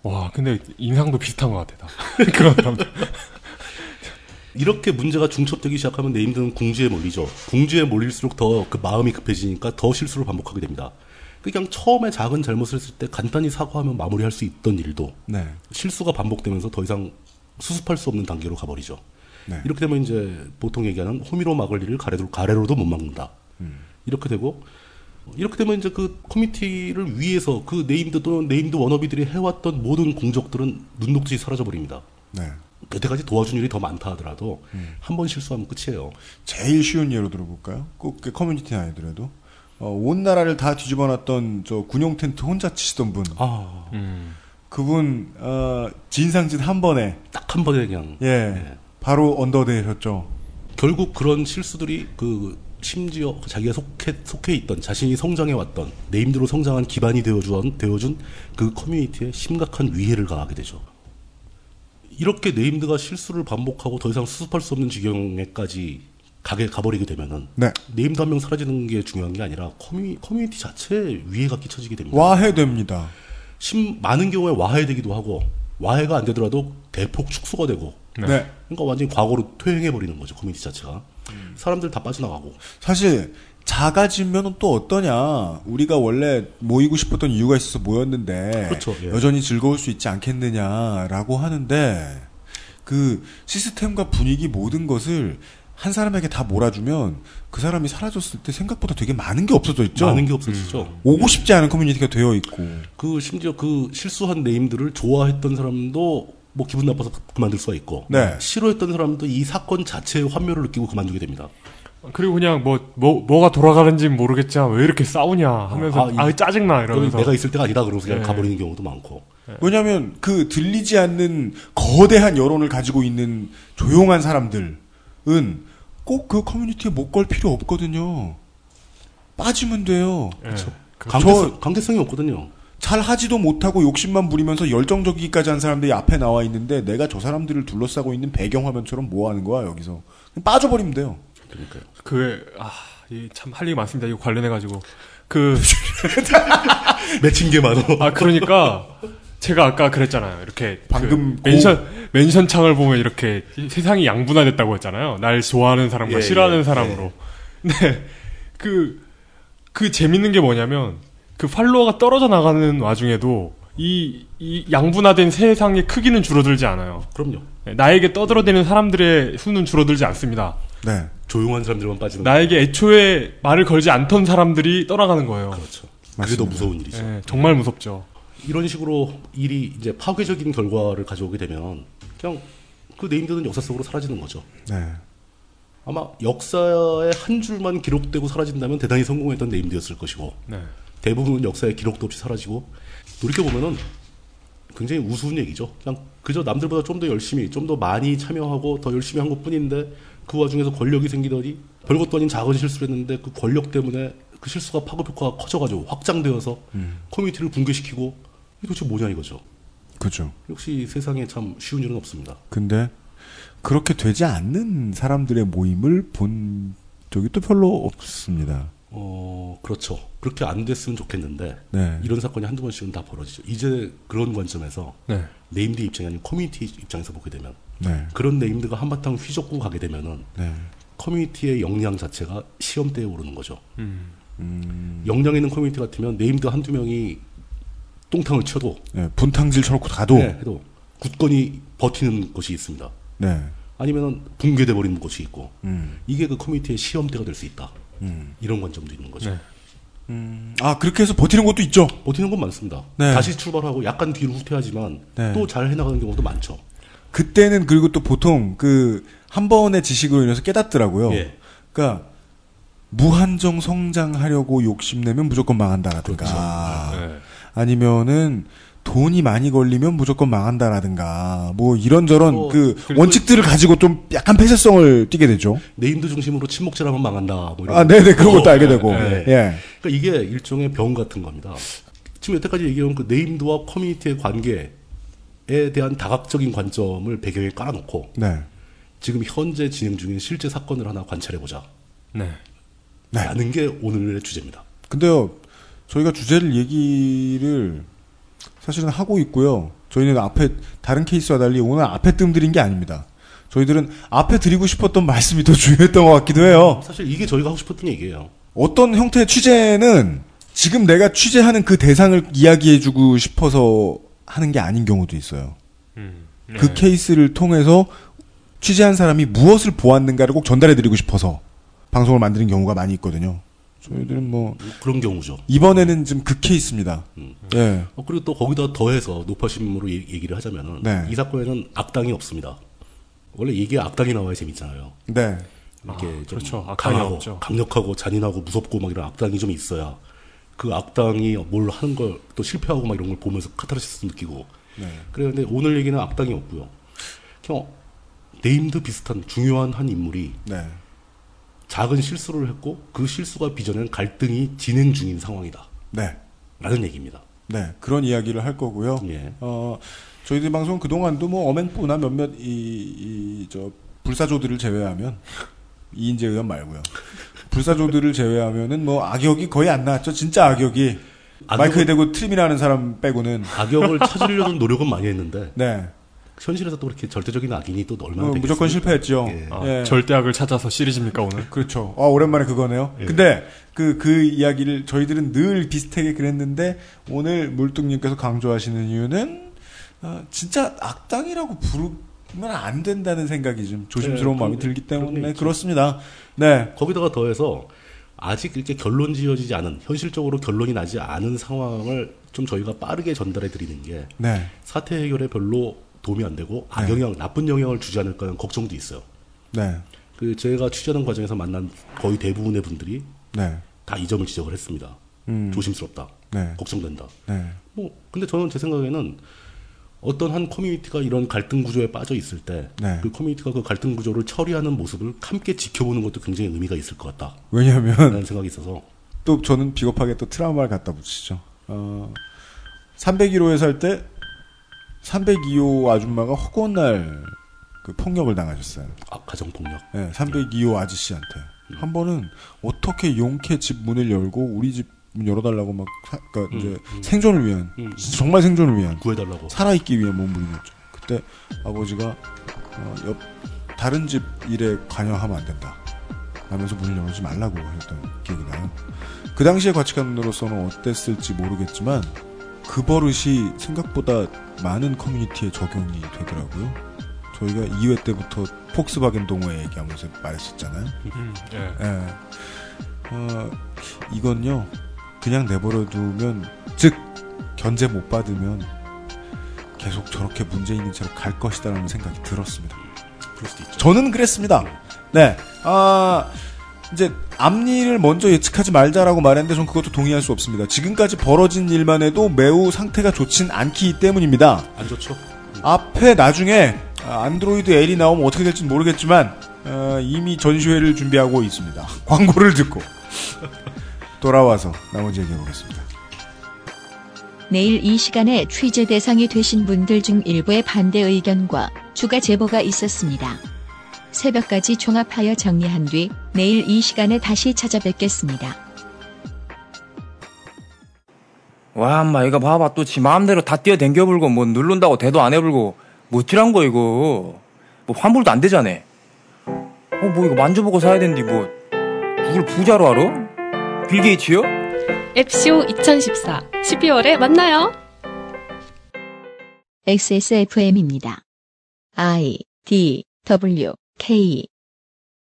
D: 와, 근데 인상도 비슷한 것 같아, 다. *laughs* 그런 사람들.
C: 이렇게 문제가 중첩되기 시작하면 네임드는 궁지에 몰리죠. 궁지에 몰릴수록 더 그 마음이 급해지니까 더 실수를 반복하게 됩니다. 그냥 처음에 작은 잘못을 했을 때 간단히 사과하면 마무리할 수 있던 일도
B: 네.
C: 실수가 반복되면서 더 이상 수습할 수 없는 단계로 가버리죠.
B: 네.
C: 이렇게 되면 이제 보통 얘기하는 호미로 막을 일을 가래로, 가래로도 못 막는다. 이렇게 되고 이렇게 되면 이제 그 커뮤니티를 위해서 그 네임드 또는 네임드 워너비들이 해왔던 모든 공적들은 눈 녹듯이 사라져 버립니다.
B: 네.
C: 여태까지 도와준 일이 더 많다 하더라도 한 번 실수하면 끝이에요.
B: 제일 쉬운 예로 들어볼까요? 꼭 그 커뮤니티 아니더라도 어, 온 나라를 다 뒤집어놨던 저 군용 텐트 혼자 치시던 분
C: 아,
D: 음.
B: 그분 어, 진상짓 한 번에
C: 딱 한 번에 그냥
B: 예 바로 언더 되셨죠.
C: 결국 그런 실수들이 그 심지어 자기가 속해 속해 있던 자신이 성장해 왔던 네임드로 성장한 기반이 되어준 되어준 그 커뮤니티에 심각한 위해를 가하게 되죠. 이렇게 네임드가 실수를 반복하고 더 이상 수습할 수 없는 지경에까지 가게 가버리게 되면은
B: 네.
C: 네임드 한 명 사라지는 게 중요한 게 아니라 커뮤, 커뮤니티 자체에 위해가 끼쳐지게 됩니다.
B: 와해됩니다.
C: 심, 많은 경우에 와해되기도 하고 와해가 안 되더라도 대폭 축소가 되고
B: 네.
C: 그러니까 완전히 과거로 퇴행해 버리는 거죠 커뮤니티 자체가
D: 음.
C: 사람들 다 빠져나가고
B: 사실 작아지면 또 어떠냐. 우리가 원래 모이고 싶었던 이유가 있어서 모였는데
C: 그렇죠. 예.
B: 여전히 즐거울 수 있지 않겠느냐라고 하는데 그 시스템과 분위기 모든 것을 한 사람에게 다 몰아주면 그 사람이 사라졌을 때 생각보다 되게 많은 게 없어져 있죠.
C: 많은 게 없어지죠.
D: 음.
B: 오고 싶지 않은 커뮤니티가 되어 있고
C: 그 심지어 그 실수한 네임들을 좋아했던 사람도 뭐 기분 나빠서 그만둘 수가 있고
B: 네.
C: 싫어했던 사람도 이 사건 자체에 환멸을 느끼고 그만두게 됩니다.
D: 그리고 그냥 뭐, 뭐, 뭐가 돌아가는지는 모르겠지만 왜 이렇게 싸우냐 하면서,
C: 아,
D: 아,
C: 이-
D: 짜증나, 이러면서.
C: 내가 있을 때가 아니다 그러면서 그냥
D: 네.
C: 가버리는 경우도 많고
D: 예.
B: 왜냐하면 그 들리지 않는 거대한 여론을 가지고 있는 조용한 사람들은 꼭 그 커뮤니티에 못 걸 필요 없거든요. 빠지면 돼요.
D: 예. 그-
C: 강대성, 강대성이 없거든요.
B: 잘 하지도 못하고 욕심만 부리면서 열정적이기까지 한 사람들이 앞에 나와 있는데 내가 저 사람들을 둘러싸고 있는 배경화면처럼 뭐 하는 거야 여기서 그냥 빠져버리면 돼요.
C: 그러니까요.
D: 그, 아, 이 참 할 얘기 많습니다. 이거 관련해가지고. 그,
C: *laughs* 맺힌 게 많어.
D: 아, 그러니까, 제가 아까 그랬잖아요. 이렇게. 그
B: 방금 고-
D: 멘션, 멘션 창을 보면 이렇게 세상이 양분화됐다고 했잖아요. 날 좋아하는 사람과
C: 예,
D: 싫어하는
C: 예,
D: 사람으로. 네. 그, 그 재밌는 게 뭐냐면, 그 팔로워가 떨어져 나가는 와중에도, 이, 이 양분화된 세상의 크기는 줄어들지 않아요.
C: 그럼요.
D: 나에게 떠들어대는 사람들의 수는 줄어들지 않습니다.
B: 네.
C: 조용한 사람들만 빠지는
D: 음. 나에게 애초에 말을 걸지 않던 사람들이 떠나가는 거예요.
C: 그렇죠. 그게 더 무서운 일이죠.
D: 예, 정말 무섭죠.
C: 이런 식으로 일이 이제 파괴적인 결과를 가져오게 되면 그냥 그 네임드는 역사 속으로 사라지는 거죠.
B: 네.
C: 아마 역사의 한 줄만 기록되고 사라진다면 대단히 성공했던 네임드였을 것이고
D: 네.
C: 대부분 역사에 기록도 없이 사라지고 돌이켜 보면은 굉장히 우스운 얘기죠. 그냥 그저 남들보다 좀 더 열심히, 좀 더 많이 참여하고 더 열심히 한 것뿐인데 그 와중에서 권력이 생기더니 별것도 아닌 작은 실수를 했는데 그 권력 때문에 그 실수가 파급 효과가 커져가지고 확장되어서 커뮤니티를 붕괴시키고 이게 도대체 뭐냐 이거죠.
B: 그죠.
C: 역시 세상에 참 쉬운 일은 없습니다.
B: 근데 그렇게 되지 않는 사람들의 모임을 본 적이 또 별로 없습니다.
C: 어 어, 그렇죠. 그렇게 안 됐으면 좋겠는데
B: 네.
C: 이런 사건이 한두 번씩은 다 벌어지죠. 이제 그런 관점에서
D: 네.
C: 네임드 입장이 아닌 커뮤니티 입장에서 보게 되면
B: 네.
C: 그런 네임드가 한바탕 휘젓고 가게 되면은
B: 네.
C: 커뮤니티의 역량 자체가 시험대에 오르는 거죠.
D: 음.
C: 역량 있는 커뮤니티 같으면 네임드 한두 명이 똥탕을 쳐도
B: 네. 분탕질 쳐놓고 가도
C: 네, 해도 굳건히 버티는 것이 있습니다.
B: 네.
C: 아니면 붕괴돼 버리는 것이 있고
B: 음.
C: 이게 그 커뮤니티의 시험대가 될 수 있다.
B: 음.
C: 이런 관점도 있는 거죠.
D: 네.
B: 아 그렇게 해서 버티는 것도 있죠.
C: 버티는 건 많습니다.
B: 네.
C: 다시 출발하고 약간 뒤로 후퇴하지만
B: 네.
C: 또 잘 해나가는 경우도 많죠.
B: 그때는 그리고 또 보통 그 한 번의 지식으로 인해서 깨닫더라고요.
C: 예.
B: 그러니까 무한정 성장하려고 욕심내면 무조건 망한다라든가 아.
D: 네.
B: 아니면은 돈이 많이 걸리면 무조건 망한다라든가 뭐 이런저런
C: 뭐,
B: 그
D: 그리고-
B: 원칙들을 가지고 좀 약간 폐쇄성을 띠게 되죠.
C: 네임드 중심으로 침묵질하면 망한다. 뭐 이런
B: 아, 네네 그런 것도 알게
D: 네,
B: 되고
C: 네.
B: 예.
C: 그러니까 이게 일종의 병 같은 겁니다. 지금 여태까지 얘기해온 그 네임드와 커뮤니티의 관계에 대한 다각적인 관점을 배경에 깔아놓고
B: 네.
C: 지금 현재 진행 중인 실제 사건을 하나 관찰해보자.
D: 네.
B: 네.
C: 라는 게 오늘의 주제입니다.
B: 근데요, 저희가 주제를 얘기를 사실은 하고 있고요. 저희는 앞에, 다른 케이스와 달리 오늘 앞에 뜸들인 게 아닙니다. 저희들은 앞에 드리고 싶었던 말씀이 더 중요했던 것 같기도 해요.
C: 사실 이게 저희가 하고 싶었던 얘기예요.
B: 어떤 형태의 취재는 지금 내가 취재하는 그 대상을 이야기해주고 싶어서 하는 게 아닌 경우도 있어요.
D: 음.
B: 그 케이스를 통해서 취재한 사람이 무엇을 보았는가를 꼭 전달해드리고 싶어서 방송을 만드는 경우가 많이 있거든요. 저희들은 뭐,
C: 그런 경우죠.
B: 이번에는 좀 그 케이스입니다. 예.
C: 어, 그리고 또 거기다 더해서 노파심으로 얘- 얘기를 하자면은
B: 네.
C: 이 사건에는 악당이 없습니다. 원래 얘기에 악당이 나와야 재밌잖아요.
B: 네.
C: 이렇게 좀
D: 그렇죠. 악당이
C: 강하고
D: 없죠.
C: 강력하고 잔인하고 무섭고 막 이런 악당이 좀 있어야 그 악당이 뭘 하는 걸 또 실패하고 막 이런 걸 보면서 카타르시스 느끼고
D: 네.
C: 그래 근데 오늘 얘기는 악당이 없고요. 그냥 네임드 비슷한 중요한 한 인물이
B: 네.
C: 작은 실수를 했고 그 실수가 빚어낸 갈등이 진행 중인 상황이다.
B: 네.
C: 라는 얘기입니다.
B: 네. 그런 이야기를 할 거고요.
C: 예.
B: 어, 저희들 방송 그동안도 뭐 어맹뿌나 몇몇 이, 이, 저, 불사조들을 제외하면, 이인재 의원 말고요. 불사조들을 제외하면은 뭐 악역이 거의 안 나왔죠. 진짜 악역이.
C: 악역은-
B: 마이크에 대고 트림이라는 사람 빼고는.
C: 악역을 찾으려는 노력은 많이 했는데
B: 네.
C: 현실에서 또 그렇게 절대적인 악인이 또 얼마나
B: 뭐
C: 되겠습니까?
B: 무조건 실패했죠.
C: 예.
D: 아,
B: 예.
D: 절대악을 찾아서 시리즈입니까 오늘?
B: 그렇죠. 아, 오랜만에 그거네요.
C: 예.
B: 근데 그 그 이야기를 저희들은 늘 비슷하게 그랬는데 오늘 물뚱님께서 강조하시는 이유는 어, 진짜 악당이라고 부르면 안 된다는 생각이 좀 조심스러운
C: 네,
B: 마음이
C: 그런-
B: 들기
C: 그런 게
B: 때문에
C: 있죠.
B: 그렇습니다. 네,
C: 거기다가 더해서 아직 이렇게 결론 지어지지 않은 현실적으로 결론이 나지 않은 상황을 좀 저희가 빠르게 전달해 드리는 게
B: 네,
C: 사태 해결에 별로 도움이 안 되고 악영향 나쁜 영향을 주지 않을까 하는 걱정도 있어요.
B: 네,
C: 그 제가 취재하는 과정에서 만난 거의 대부분의 분들이
B: 네,
C: 다 이 점을 지적을 했습니다.
B: 음,
C: 조심스럽다.
B: 네,
C: 걱정된다.
B: 네,
C: 뭐 근데 저는 제 생각에는 어떤 한 커뮤니티가 이런 갈등 구조에 빠져 있을 때 그
B: 네.
C: 커뮤니티가 그 갈등 구조를 처리하는 모습을 함께 지켜보는 것도 굉장히 의미가 있을 것 같다라는
B: 왜냐하면 *laughs*
C: 생각이 있어서
B: 또 저는 비겁하게 또 트라우마를 갖다 붙이죠. 어, 301호에 살 때 302호 아줌마가 허구한 날그 폭력을 당하셨어요.
C: 아, 가정 폭력.
B: 예, 302호 아저씨한테 한 번은 어떻게 용케 집 문을 열고 우리 집 문 열어달라고 막 사- 그러니까 이제 생존을 위한
C: 음.
B: 진짜 정말 생존을 위한
C: 구해달라고.
B: 살아있기 위한 몸부림이었죠. 그때 아버지가 어, 옆 다른 집 일에 관여하면 안 된다. 하면서 문을 열지 말라고 했던 기억이 나요. 그 당시의 가치관으로서는 어땠을지 모르겠지만 그 버릇이 생각보다 많은 커뮤니티에 적용이 되더라고요. 저희가 2회 때부터 폭스바겐 동호회 얘기하면서 말했었잖아요.
D: 음, 예.
B: 예. 어, 이건요, 그냥 내버려두면, 즉, 견제 못 받으면 계속 저렇게 문제 있는 채로 갈 것이다라는 생각이 들었습니다.
C: 그럴 수도 있죠.
B: 저는 그랬습니다. 네. 아, 이제 앞일을 먼저 예측하지 말자라고 말했는데 전 그것도 동의할 수 없습니다. 지금까지 벌어진 일만 해도 매우 상태가 좋진 않기 때문입니다.
C: 안 좋죠?
B: 앞에 나중에 아, 안드로이드 L이 나오면 어떻게 될지 는 모르겠지만 어, 이미 전시회를 준비하고 있습니다. *laughs* 광고를 듣고 돌아와서 나머지 얘기해 보겠습니다.
A: 내일 이 시간에 취재 대상이 되신 분들 중 일부의 반대 의견과 추가 제보가 있었습니다. 새벽까지 종합하여 정리한 뒤 내일 이 시간에 다시 찾아뵙겠습니다.
G: 와, 엄마, 이거 봐봐. 또 지 마음대로 다 뛰어댕겨 불고, 뭐, 누른다고 대도 안 해불고, 뭐질한 거, 이거. 뭐, 환불도 안 되잖아. 어, 뭐, 이거 만져보고 사야 되는데, 뭐, 누굴 부자로 알아? 빌게이츠요?
H: 앱쇼 2014 12월에 만나요.
A: XSFM입니다. I D W K